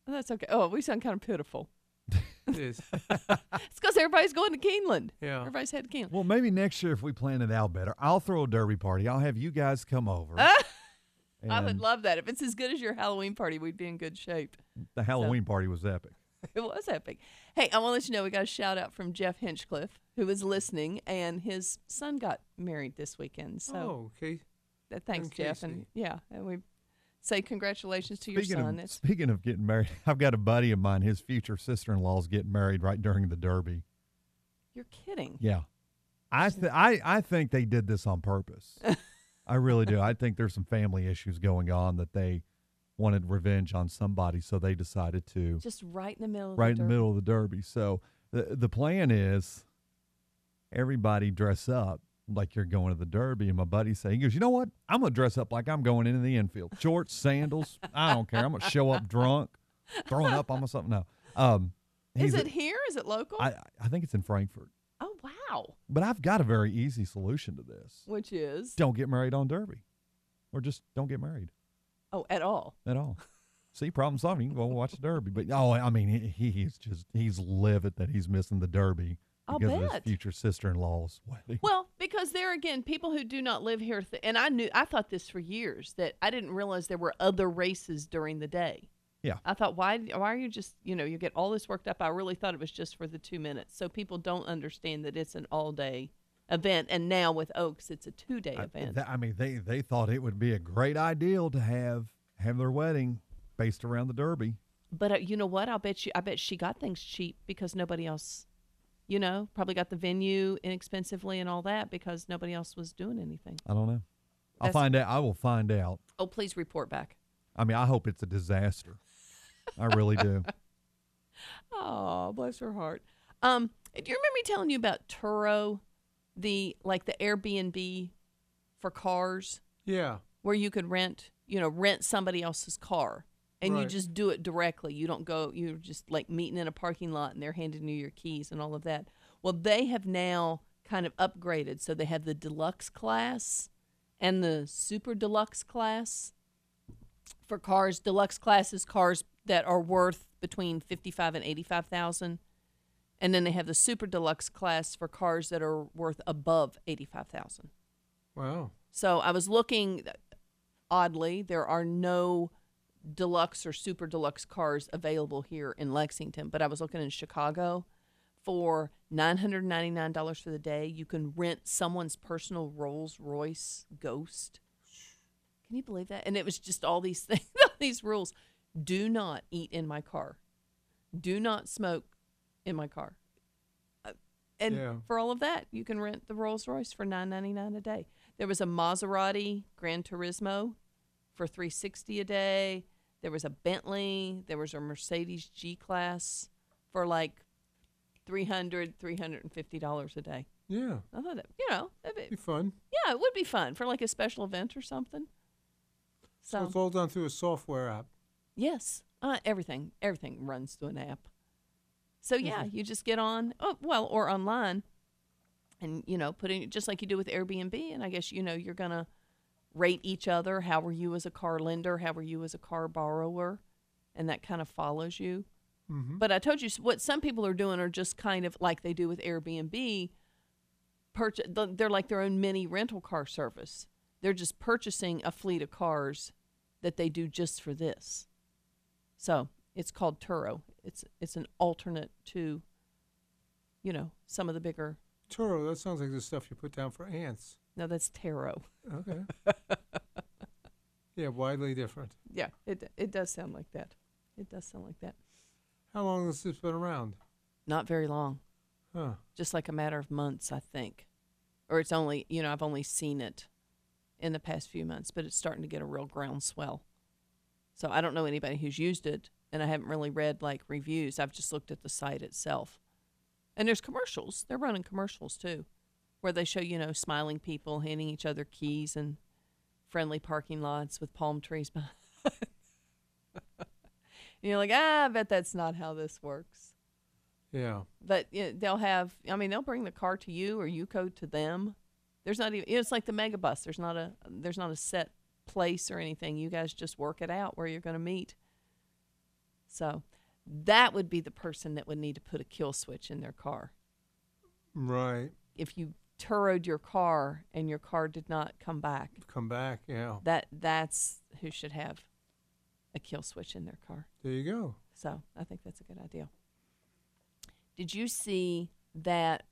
Speaker 3: That's okay. Oh, we sound kind of pitiful.
Speaker 2: It is.
Speaker 3: It's because everybody's going to Keeneland.
Speaker 2: Yeah.
Speaker 3: Everybody's headed to Keeneland.
Speaker 4: Well, maybe next year if we plan it out better, I'll throw a derby party. I'll have you guys come over.
Speaker 3: I would
Speaker 4: And
Speaker 3: love that. If it's as good as your Halloween party, we'd be in good shape.
Speaker 4: The Halloween party was epic.
Speaker 3: It was epic. Hey, I want to let you know we got a shout out from Jeff Hinchcliffe, who was listening, and his son got married this weekend. So
Speaker 2: oh, okay.
Speaker 3: uh, thanks,
Speaker 2: and
Speaker 3: Jeff. And
Speaker 2: Casey.
Speaker 3: yeah, and we say congratulations to your
Speaker 4: Speaking
Speaker 3: son.
Speaker 4: of,
Speaker 3: It's-
Speaker 4: speaking of getting married, I've got a buddy of mine. His future sister in law's getting married right during the Derby.
Speaker 3: you're kidding.
Speaker 4: Yeah, I th- I I think they did this on purpose. I really do. I think there's some family issues going on that they wanted revenge on somebody, so they decided to
Speaker 3: Just right in the middle of
Speaker 4: right
Speaker 3: the
Speaker 4: in
Speaker 3: derby.
Speaker 4: the middle of the Derby. So the the plan is everybody dress up like you're going to the Derby. And my buddy say, he goes, you know what? I'm gonna dress up like I'm going into the infield, shorts, sandals. I don't care. I'm gonna show up drunk, throwing up on myself. No, um,
Speaker 3: Is
Speaker 4: he's a-
Speaker 3: it here? Is it local?
Speaker 4: I I think it's in Frankfurt.
Speaker 3: oh, wow.
Speaker 4: But I've got a very easy solution to this.
Speaker 3: Which is?
Speaker 4: Don't get married on Derby, or just don't get married
Speaker 3: Oh, at all.
Speaker 4: at all. See, problem solving. You can go watch the Derby. But oh, I mean, he, he's just he's livid that he's missing the Derby
Speaker 3: I'll
Speaker 4: because of his
Speaker 3: bet.
Speaker 4: future sister-in-law's wedding.
Speaker 3: Well, because there again, people who do not live here, th- and I knew I thought this for years that I didn't realize there were other races during the day.
Speaker 4: Yeah.
Speaker 3: I thought, why, why are you just, you know, you get all this worked up? I really thought it was just for the two minutes, so people don't understand that it's an all-day event. And now with Oaks, it's a two-day
Speaker 4: I,
Speaker 3: event.
Speaker 4: th- I mean, they they thought it would be a great ideal to have have their wedding based around the Derby.
Speaker 3: but uh, you know what? I'll bet you, I bet she got things cheap because nobody else, you know, probably got the venue inexpensively and all that because nobody else was doing anything.
Speaker 4: I don't know. I'll
Speaker 3: That's-
Speaker 4: find out. I will find out.
Speaker 3: Oh, please report back.
Speaker 4: I mean, I hope it's a disaster. I really do.
Speaker 3: Oh, bless her heart. Um, do you remember me telling you about Turo, the like the Airbnb for cars
Speaker 2: Yeah.
Speaker 3: where you could rent, you know, rent somebody else's car and you
Speaker 2: Right.
Speaker 3: just do it directly. You don't go. You're just like meeting in a parking lot, and they're handing you your keys and all of that. Well, they have now kind of upgraded, so they have the deluxe class and the super deluxe class for cars. Deluxe class is cars that are worth between fifty-five and eighty-five thousand, and then they have the super deluxe class for cars that are worth above eighty-five thousand.
Speaker 2: Wow.
Speaker 3: So I was looking. Oddly, there are no deluxe or super deluxe cars available here in Lexington, but I was looking in Chicago for $999 for the day. You can rent someone's personal Rolls Royce Ghost. Can you believe that? And it was just all these things, all these rules. Do not eat in my car. Do not smoke in my car. Uh, And
Speaker 15: Yeah.
Speaker 3: for all of that, you can rent the Rolls Royce for nine ninety nine a day. There was a Maserati Gran Turismo for three sixty a day. There was a Bentley. There was a Mercedes G class for like 300 $350 a day.
Speaker 2: Yeah.
Speaker 3: I thought, it, you know, that'd be,
Speaker 2: Be fun.
Speaker 3: yeah, it would be fun for like a special event or something.
Speaker 2: So it's all done through a software app.
Speaker 3: Yes, uh, everything everything runs through an app. So yeah, you just get on. Oh well, or online, and you know, put in just like you do with Airbnb. And I guess you know you're gonna rate each other. How were you as a car lender? How were you as a car borrower? And that kind of follows you.
Speaker 2: Mhm.
Speaker 3: But I told you s- what some people are doing are just kind of like they do with Airbnb. Purchase, they're like their own mini rental car service. They're just purchasing a fleet of cars that they do just for this. So it's called Turo. It's it's an alternate to, you know, some of the bigger.
Speaker 2: Turo, that sounds like the stuff you put down for ants.
Speaker 3: No, that's tarot.
Speaker 2: Okay. yeah, widely different.
Speaker 3: Yeah, it it does sound like that. It does sound like that.
Speaker 2: How long has this been around?
Speaker 3: Not very long.
Speaker 2: Huh.
Speaker 3: Just like a matter of months, I think. Or it's only, you know, I've only seen it in the past few months, but it's starting to get a real groundswell. So I don't know anybody who's used it, and I haven't really read like reviews. I've just looked at the site itself. And there's commercials. They're running commercials too, where they show, you know, smiling people handing each other keys and friendly parking lots with palm trees behind. and you're like, ah, I bet that's not how this works
Speaker 2: Yeah.
Speaker 3: but you know, they'll have i mean they'll bring the car to you or you go to them there's not even it's like the megabus there's not a there's not a set place or anything you guys just work it out where you're going to meet so that would be the person that would need to put a kill switch in their car
Speaker 2: Right.
Speaker 3: if you turoed your car and your car did not come back
Speaker 2: Come back. Yeah.
Speaker 3: that that's who should have a kill switch in their car
Speaker 2: There you go.
Speaker 3: So I think that's a good idea. Did you see that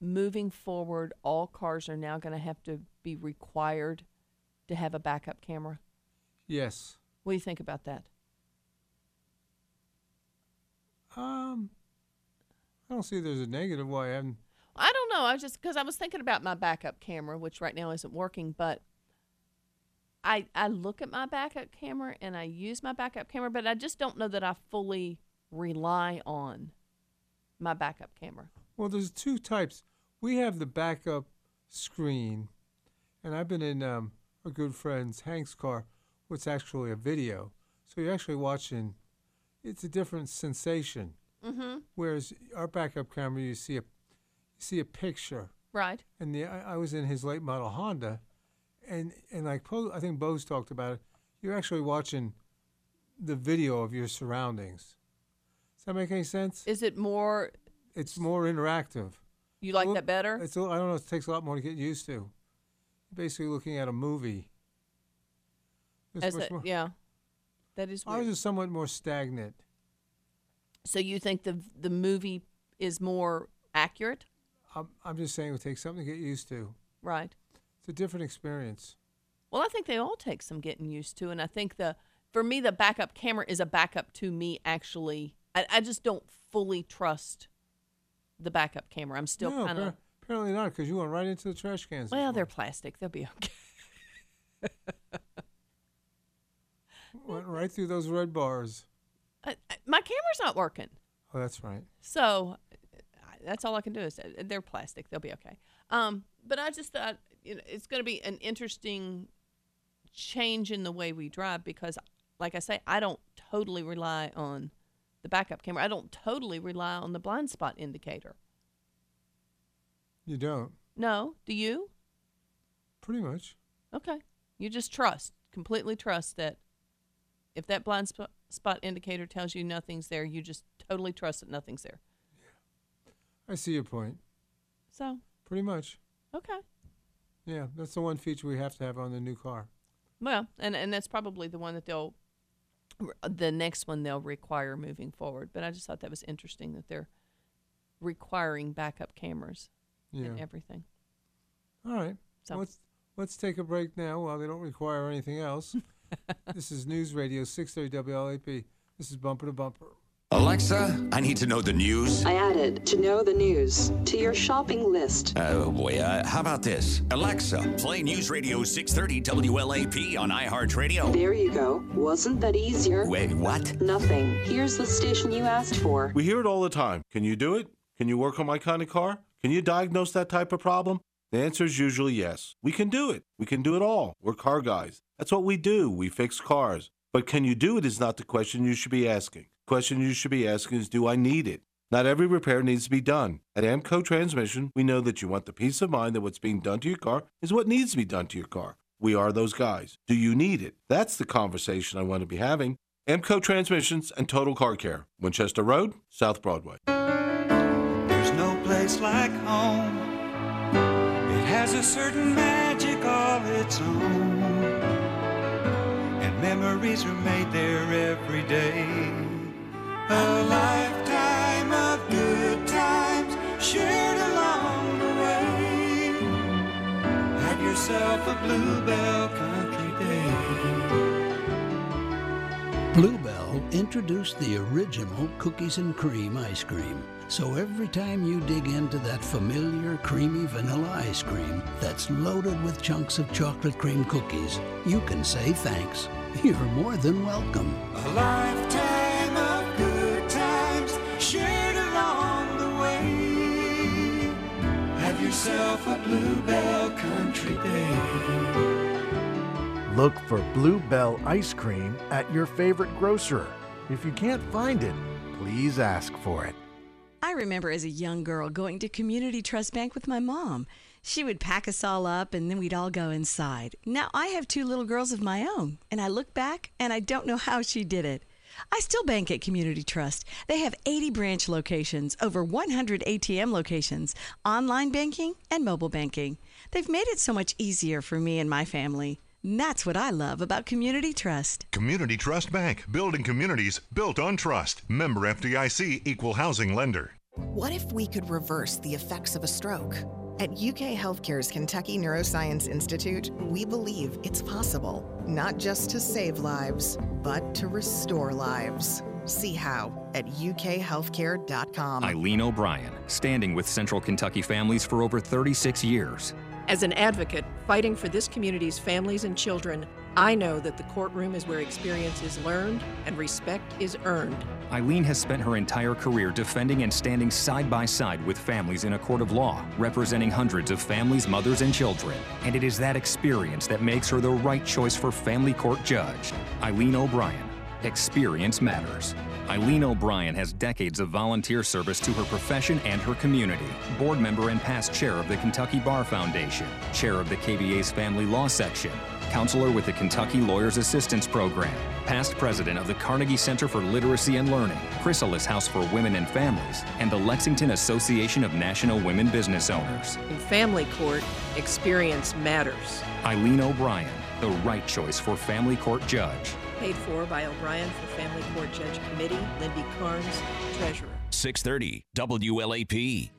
Speaker 3: moving forward, all cars are now going to have to be required to have a backup camera?
Speaker 2: Yes.
Speaker 3: What do you think about that?
Speaker 2: Um, I don't see there's a negative why I haven't.
Speaker 3: I don't know. I was just because I was thinking about my backup camera, which right now isn't working, but I I look at my backup camera and I use my backup camera, but I just don't know that I fully rely on my backup camera.
Speaker 2: Well, there's two types. We have the backup screen, and I've been in um, a good friend's Hank's car, what's actually a video. So you're actually watching. It's a different sensation.
Speaker 3: Mm-hmm.
Speaker 2: Whereas our backup camera, you see a, you see a picture,
Speaker 3: Right.
Speaker 2: and the I, I was in his late model Honda, and and like Bo, I think Bose talked about it. You're actually watching the video of your surroundings. Does that make any sense?
Speaker 3: Is it more?
Speaker 2: It's more interactive.
Speaker 3: You like that better?
Speaker 2: It's a, I don't know. It takes a lot more to get used to. You're basically looking at a movie. It's
Speaker 3: As
Speaker 2: much
Speaker 3: a-
Speaker 2: more-
Speaker 3: yeah, that is. Weird.
Speaker 2: Ours is somewhat more stagnant.
Speaker 3: So you think the the movie is more accurate,
Speaker 2: I'm, I'm just saying it takes something to get used to.
Speaker 3: right?
Speaker 2: It's a different experience.
Speaker 3: Well, I think they all take some getting used to, and I think the for me the backup camera is a backup to me. Actually, I, I just don't fully trust the backup camera. I'm still
Speaker 2: no,
Speaker 3: kind of
Speaker 2: appar- apparently not because you went right into the trash cans.
Speaker 3: well, they're plastic. They'll be okay.
Speaker 2: Went right through those red bars.
Speaker 3: I, I- my camera's not working,
Speaker 2: Oh, that's right.
Speaker 3: so I- that's all I can do is uh, they're plastic. They'll be okay. Um, but I just thought you know it's going to be an interesting change in the way we drive because like I say, I don't totally rely on the backup camera. I don't totally rely on the blind spot indicator.
Speaker 2: You don't.
Speaker 3: No, do you?
Speaker 2: Pretty much.
Speaker 3: Okay. You just trust, completely trust that if that blind sp- spot indicator tells you nothing's there, you just totally trust that nothing's there.
Speaker 2: I see your point.
Speaker 3: So,
Speaker 2: Pretty much.
Speaker 3: okay.
Speaker 2: Yeah, that's the one feature we have to have on the new car.
Speaker 3: Well, and and that's probably the one that they'll the next one they'll require moving forward. But I just thought that was interesting that they're requiring backup cameras and
Speaker 2: Yeah.
Speaker 3: everything.
Speaker 2: All right.
Speaker 3: So-
Speaker 2: Let's let's take a break now while they don't require anything else. this is News Radio 630 WLAP. This is Bumper to Bumper.
Speaker 16: Alexa, I need to know the news.
Speaker 6: I added to know the news to your shopping list.
Speaker 16: Oh boy, uh, how about this? Alexa,
Speaker 17: Play News Radio 630 WLAP on iHeartRadio.
Speaker 6: There you go. Wasn't that easier?
Speaker 17: Wait, what?
Speaker 6: Nothing. Here's the station you asked for.
Speaker 7: We hear it all the time. Can you do it? Can you work on my kind of car? Can you diagnose that type of problem? The answer is usually yes. We can do it. We can do it all. We're car guys. That's what we do. We fix cars. But can you do it is not the question you should be asking. Question you should be asking is do I need it? Not every repair needs to be done. At Amco Transmission, we know that you want the peace of mind that what's being done to your car is what needs to be done to your car. We are those guys. Do you need it? That's the conversation I want to be having. Amco Transmissions and Total Car Care, Winchester Road, South Broadway.
Speaker 1: There's no place like home. It has a certain magic all its own. And memories are made there every day. A lifetime of good times shared along the way. Have yourself a bluebell country day.
Speaker 9: Bluebell introduced the original cookies and cream ice cream. So every time you dig into that familiar creamy vanilla ice cream that's loaded with chunks of chocolate cream cookies, you can say thanks. You're more than welcome.
Speaker 1: A lifetime of good times shared along the way. Have yourself a bluebell country day.
Speaker 4: Look for Bluebell ice cream at your favorite grocer. If you can't find it, please ask for it.
Speaker 18: I remember as a young girl going to Community Trust Bank with my mom. She would pack us all up and then we'd all go inside. Now I have two little girls of my own, and I look back and I don't know how she did it. I still bank at Community Trust. They have 80 branch locations, over 100 ATM locations, online banking, and mobile banking. They've made it so much easier for me and my family. And that's what I love about Community Trust.
Speaker 19: Community Trust Bank, building communities built on trust. Member FDIC, equal housing lender.
Speaker 20: What if we could reverse the effects of a stroke? At UK Healthcare's Kentucky Neuroscience Institute, we believe it's possible not just to save lives, but to restore lives. See how at ukhealthcare.com.
Speaker 8: Eileen O'Brien, standing with Central Kentucky families for over 36 years.
Speaker 21: As an advocate fighting for this community's families and children, I know that the courtroom is where experience is learned and respect is earned.
Speaker 8: Eileen has spent her entire career defending and standing side by side with families in a court of law, representing hundreds of families, mothers, and children. And it is that experience that makes her the right choice for family court judge. Eileen O'Brien. Experience matters. Eileen O'Brien has decades of volunteer service to her profession and her community. Board member and past chair of the Kentucky Bar Foundation, chair of the KBA's Family Law Section, counselor with the Kentucky Lawyers Assistance Program, past president of the Carnegie Center for Literacy and Learning, Chrysalis House for Women and Families, and the Lexington Association of National Women Business Owners.
Speaker 21: In family court, experience matters.
Speaker 8: Eileen O'Brien, the right choice for family court judge.
Speaker 21: Paid for by O'Brien for Family Court Judge Committee, Lindy Carnes, Treasurer.
Speaker 17: 630 WLAP.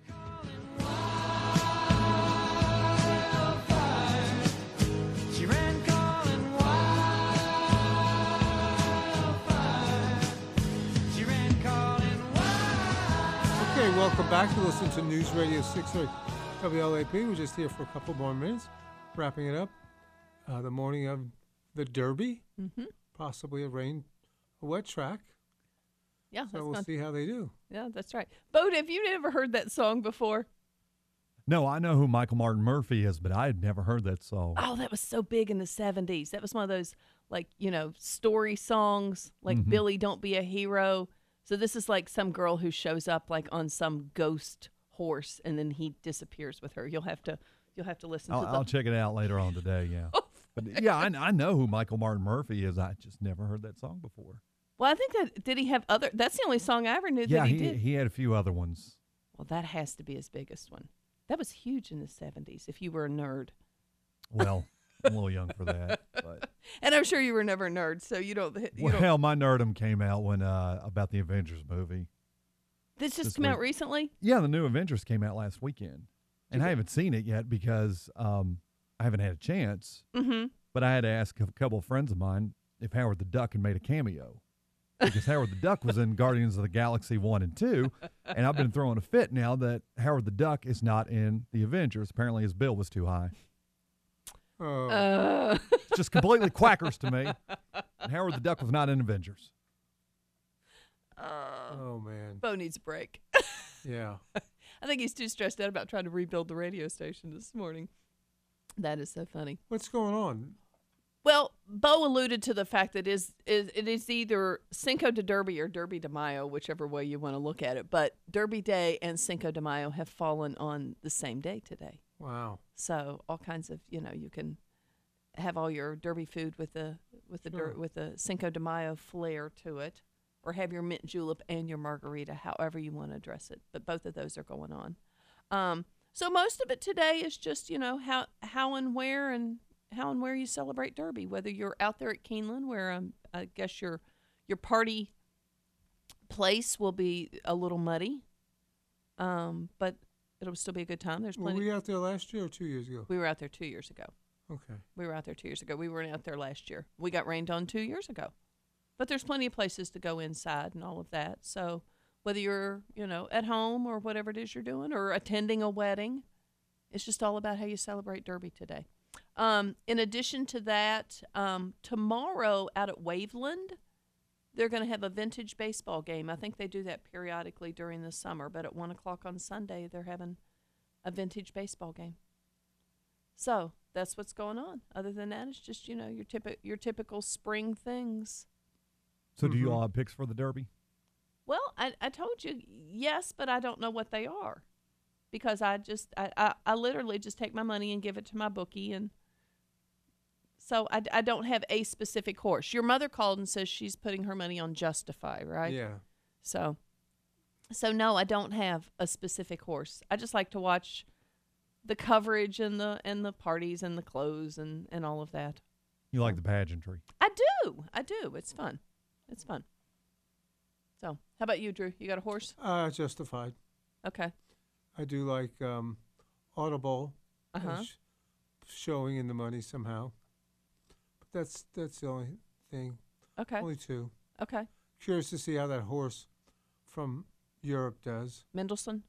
Speaker 1: She ran calling wildfire. She ran calling
Speaker 2: Okay, welcome back to listen to News Radio 630 WLAP. We're just here for a couple more minutes, wrapping it up. Uh, the morning of the Derby,
Speaker 3: Mhm.
Speaker 2: possibly a rain, a wet track.
Speaker 3: Yeah,
Speaker 2: So
Speaker 3: Oh, that's
Speaker 2: we'll
Speaker 3: not-
Speaker 2: see how they do.
Speaker 3: Yeah, that's right. Bode, have you never heard that song before?
Speaker 4: No, I know who Michael Martin Murphy is, but I had never heard that song.
Speaker 3: Oh, that was so big in the 70s. That was one of those, like, you know, story songs, like
Speaker 4: Mhm.
Speaker 3: Billy, Don't Be a Hero. So this is like some girl who shows up, like, on some ghost horse and then he disappears with her. You'll have to. You'll have to listen
Speaker 4: I'll,
Speaker 3: to the
Speaker 4: I'll check it out later on today. Yeah.
Speaker 3: Oh,
Speaker 4: But yeah, I, I know who Michael Martin Murphy is. I just never heard that song before.
Speaker 3: Well, I think that did he have other? That's the only song I ever knew
Speaker 4: yeah,
Speaker 3: that he,
Speaker 4: he,
Speaker 3: did.
Speaker 4: he had a few other ones.
Speaker 3: well, that has to be his biggest one. That was huge in the seventies. If you were a nerd,
Speaker 4: Well, I'm a little young for that. But
Speaker 3: and I'm sure you were never a nerd, so you don't. You don't
Speaker 4: well, my nerdum came out when uh about the Avengers movie.
Speaker 3: this just
Speaker 4: this
Speaker 3: came out
Speaker 4: week-
Speaker 3: recently.
Speaker 4: Yeah, the new Avengers came out last weekend, and I haven't seen it yet because um I haven't had a chance.
Speaker 3: Mm-hmm.
Speaker 4: But I had to ask a couple of friends of mine if Howard the Duck had made a cameo. Because Howard the Duck was in Guardians of the Galaxy 1 and 2. And I've been throwing a fit now that Howard the Duck is not in the Avengers. Apparently his bill was too high.
Speaker 2: Oh.
Speaker 3: Uh.
Speaker 4: Just completely quackers to me. And Howard the Duck was not in Avengers.
Speaker 2: oh man.
Speaker 3: Bo needs a break.
Speaker 2: Yeah.
Speaker 3: I think he's too stressed out about trying to rebuild the radio station this morning. That is so funny.
Speaker 2: What's going on?
Speaker 3: Well, Bo alluded to the fact that is is it is either Cinco de Derby or Derby de Mayo, whichever way you want to look at it. But Derby Day and Cinco de Mayo have fallen on the same day today.
Speaker 2: Wow.
Speaker 3: So all kinds of you know you can have all your Derby food with the with the
Speaker 2: Sure.
Speaker 3: der, with the Cinco de Mayo flair to it, or have your mint julep and your margarita, however you want to dress it. But both of those are going on. Um, so most of it today is just you know how how and where and how and where you celebrate Derby, whether you're out there at Keeneland, where um, I guess your your party place will be a little muddy, um, but it'll still be a good time. There's
Speaker 2: Were
Speaker 3: plenty.
Speaker 2: we out there last year or two years ago?
Speaker 3: We were out there two years ago.
Speaker 2: Okay.
Speaker 3: We were out there two years ago. We weren't out there last year. We got rained on two years ago. But there's plenty of places to go inside and all of that. So whether you're, you know, at home or whatever it is you're doing or attending a wedding, it's just all about how you celebrate Derby today. Um, in addition to that, um, tomorrow out at Waveland, they're going to have a vintage baseball game. I think they do that periodically during the summer, but at one o'clock on Sunday, they're having a vintage baseball game. So that's what's going on. Other than that, it's just you know your typi- your typical spring things.
Speaker 4: So do you
Speaker 2: Mhm.
Speaker 4: all have picks for the Derby?
Speaker 3: Well, I, I told you yes, but I don't know what they are because I just I, I, I literally just take my money and give it to my bookie and so I, d- I don't have a specific horse. Your mother called and says she's putting her money on Justify, right?
Speaker 2: Yeah.
Speaker 3: So so no, I don't have a specific horse. I just like to watch the coverage and the and the parties and the clothes and and all of that.
Speaker 4: You like the pageantry.
Speaker 3: I do. I do. It's fun. It's fun. So, how about you, Drew? You got a horse?
Speaker 2: Uh, justified.
Speaker 3: Okay.
Speaker 2: I do like um, Audible
Speaker 3: Uh-huh.
Speaker 2: is showing in the money somehow. But that's that's the only thing.
Speaker 3: Okay.
Speaker 4: Oh,
Speaker 2: Only two.
Speaker 3: Okay.
Speaker 2: Curious to see how that horse from Europe does.
Speaker 3: Mendelssohn.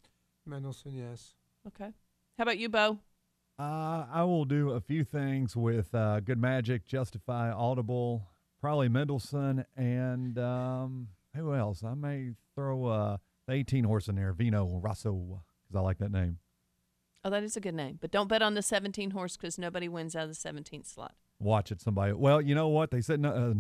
Speaker 2: Mendelssohn, yes.
Speaker 3: Okay. How about you, Bo?
Speaker 4: Uh, I will do a few things with uh, Good Magic, Justify, Audible, probably Mendelssohn, and um, who else? I may throw uh, the 18 horse in there, Vino Rosso, because I like that name.
Speaker 3: Oh, that is a good name. But don't bet on the 17 horse because nobody wins out of the 17th slot.
Speaker 4: Watch it, somebody. Well, you know what? They said no, uh,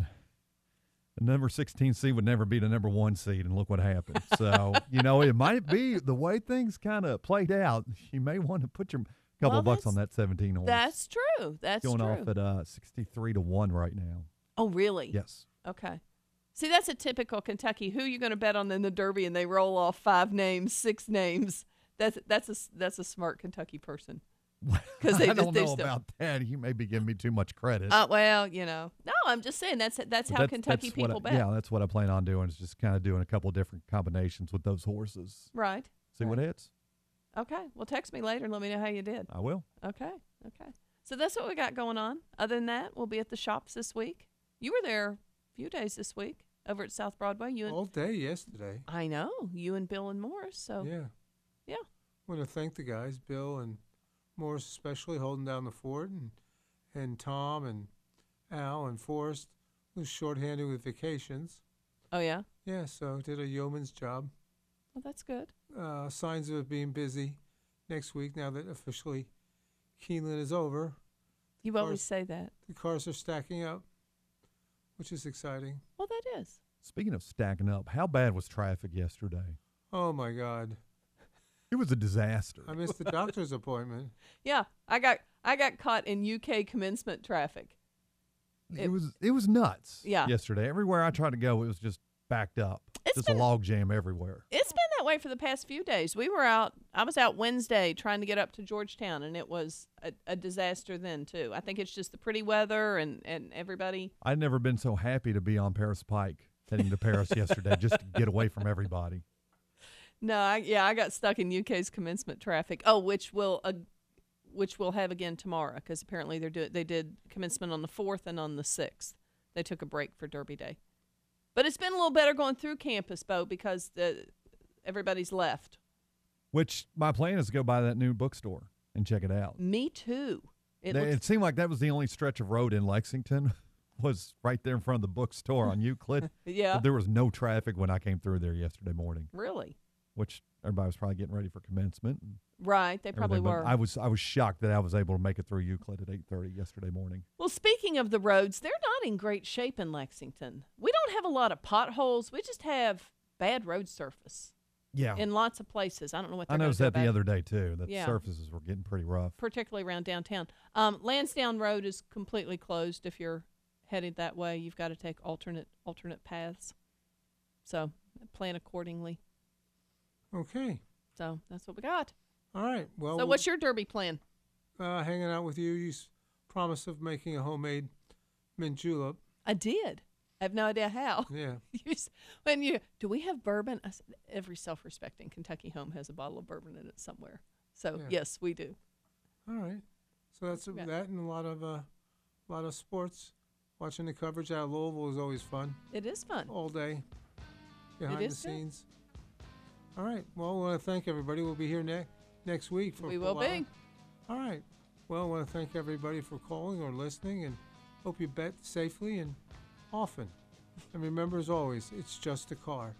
Speaker 4: the number 16 seed would never beat a number one seed, and look what happened. So, you know, it might be the way things kind of played out. You may want to put your couple
Speaker 3: Well,
Speaker 4: bucks on that 17 horse.
Speaker 3: That's true. That's
Speaker 4: going
Speaker 3: true.
Speaker 4: off at uh, 63 to 1 right now.
Speaker 3: oh, really?
Speaker 4: Yes.
Speaker 3: Okay. See, that's a typical Kentucky. Who are you going to bet on in the Derby? And they roll off five names, six names. That's that's a s- that's a smart Kentucky person. Because they
Speaker 4: I
Speaker 3: just
Speaker 4: don't
Speaker 3: they
Speaker 4: know
Speaker 3: still-
Speaker 4: about that. You may be giving me too much credit.
Speaker 3: Uh, well, you know, no, I'm just saying that's that's
Speaker 4: But
Speaker 3: how Kentucky
Speaker 4: that's what I-
Speaker 3: people bet.
Speaker 4: Yeah, that's what I plan on doing. Is just kind of doing a couple different combinations with those horses.
Speaker 3: Right.
Speaker 4: See what hits.
Speaker 3: Okay. Well, text me later and let me know how you did.
Speaker 4: I will.
Speaker 3: Okay. Okay. So that's what we got going on. Other than that, we'll be at the shops this week. You were there a few days this week over at South Broadway. You and
Speaker 2: All day yesterday.
Speaker 3: I know you and Bill and Morris. So
Speaker 2: Yeah.
Speaker 3: yeah.
Speaker 2: want to thank the guys, Bill and Morris especially, holding down the fort, and and Tom and Al and Forrest, who's shorthanded with vacations.
Speaker 3: Oh yeah.
Speaker 2: Yeah, so did a yeoman's job.
Speaker 3: Well, that's good.
Speaker 2: Uh, signs of it being busy. next week now that officially Keeneland is over.
Speaker 3: You
Speaker 2: Cars-
Speaker 3: always say that.
Speaker 2: The cars are stacking up, which is exciting.
Speaker 3: Well, that is.
Speaker 4: Speaking of stacking up, how bad was traffic yesterday?
Speaker 2: Oh my God.
Speaker 4: It was a disaster.
Speaker 2: I missed the doctor's appointment.
Speaker 3: Yeah, I got I got caught in UK commencement traffic.
Speaker 4: It, was it was nuts.
Speaker 3: Yeah.
Speaker 4: Yesterday, everywhere I tried to go, it was just backed up.
Speaker 3: It's
Speaker 4: just
Speaker 3: been-
Speaker 4: a log jam everywhere.
Speaker 3: It's been that way for the past few days. We were out. I was out Wednesday trying to get up to Georgetown, and it was a, a disaster then too. I think it's just the pretty weather and and everybody.
Speaker 4: I'd never been so happy to be on Paris Pike heading to Paris yesterday just to get away from everybody.
Speaker 3: No, I, yeah, I got stuck in UK's commencement traffic. Oh, which will uh, which we'll have again tomorrow because apparently they're doing they did commencement on the fourth and on the sixth. They took a break for Derby Day, but it's been a little better going through campus, Bo, because the everybody's left.
Speaker 4: Which my plan is to go by that new bookstore and check it out.
Speaker 3: Me too. It
Speaker 4: They-
Speaker 3: looks
Speaker 4: it seemed like that was the only stretch of road in Lexington was right there in front of the bookstore on Euclid.
Speaker 3: Yeah.
Speaker 4: But there was no traffic when I came through there yesterday morning,
Speaker 3: really
Speaker 4: which everybody was probably getting ready for commencement. and
Speaker 3: right. They probably
Speaker 4: everything, but
Speaker 3: were.
Speaker 4: I was I was shocked that I was able to make it through Euclid at eight thirty yesterday morning.
Speaker 3: Well, speaking of the roads, they're not in great shape in Lexington. We don't have a lot of potholes. We just have bad road surface.
Speaker 4: Yeah.
Speaker 3: In lots of places. I don't know what they're
Speaker 4: I
Speaker 3: gonna
Speaker 4: noticed
Speaker 3: do
Speaker 4: that the
Speaker 3: about-
Speaker 4: other day too. That
Speaker 3: Yeah.
Speaker 4: surfaces were getting pretty rough.
Speaker 3: particularly around downtown. Um, Lansdowne Road is completely closed if you're headed that way. You've got to take alternate alternate paths. So plan accordingly.
Speaker 2: Okay.
Speaker 3: So that's what we got.
Speaker 2: All right. Well,
Speaker 3: so what's your derby plan?
Speaker 2: uh, hanging out with you? You s- promise of making a homemade mint julep.
Speaker 3: I did. I have no idea how.
Speaker 2: Yeah.
Speaker 3: You s- when you do we have bourbon? I said, every self-respecting Kentucky home has a bottle of bourbon in it somewhere. So
Speaker 2: Yeah.
Speaker 3: yes, we do.
Speaker 2: All right. So that's
Speaker 3: Yeah.
Speaker 2: that, and a lot of uh, lot of sports. Watching the coverage out of Louisville is always fun.
Speaker 3: It is fun.
Speaker 2: all day behind the
Speaker 3: is good.
Speaker 2: scenes. All right. Well, I want to thank everybody. We'll be here next next week. For
Speaker 3: We
Speaker 2: a
Speaker 3: will
Speaker 2: while.
Speaker 3: be.
Speaker 2: All right. Well, I want to thank everybody for calling or listening, and hope you bet safely and often. And remember, as always, it's just a car.